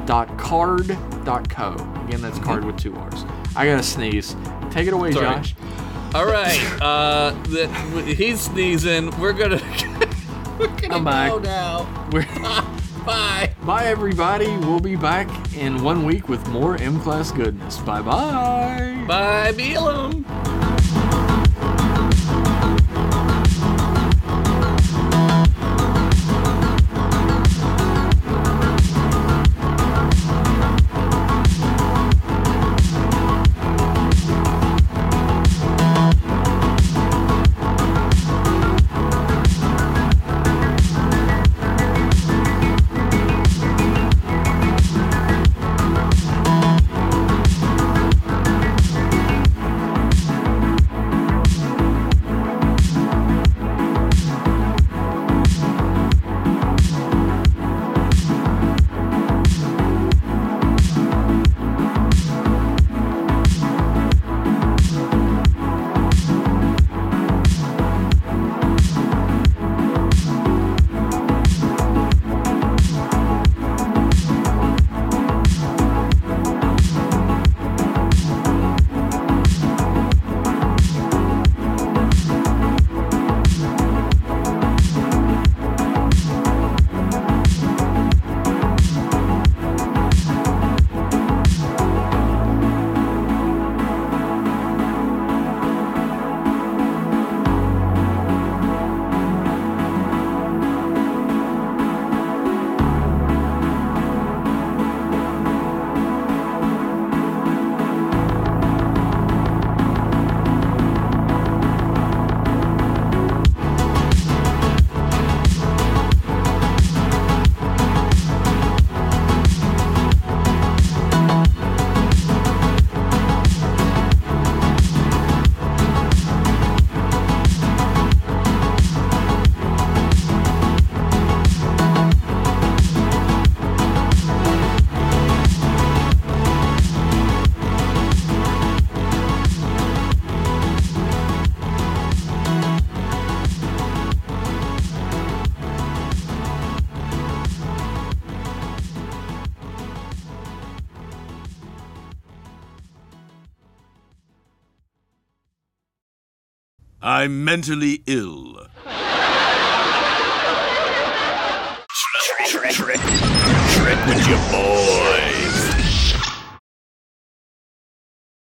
[SPEAKER 1] dot card dot co. Again, that's card with two R's. I gotta sneeze. Take it away,
[SPEAKER 2] Mm-hmm. all right.
[SPEAKER 1] Josh.
[SPEAKER 2] All right, uh, the, he's sneezing. We're gonna we're gonna
[SPEAKER 1] I'm
[SPEAKER 2] go
[SPEAKER 1] back.
[SPEAKER 2] now.
[SPEAKER 1] We're-
[SPEAKER 2] Bye.
[SPEAKER 1] bye, everybody. We'll be back in one week with more M Class goodness. Bye bye.
[SPEAKER 2] Bye, Beelum.
[SPEAKER 8] I'm mentally ill. Trick, trick, trick, trick with your boy.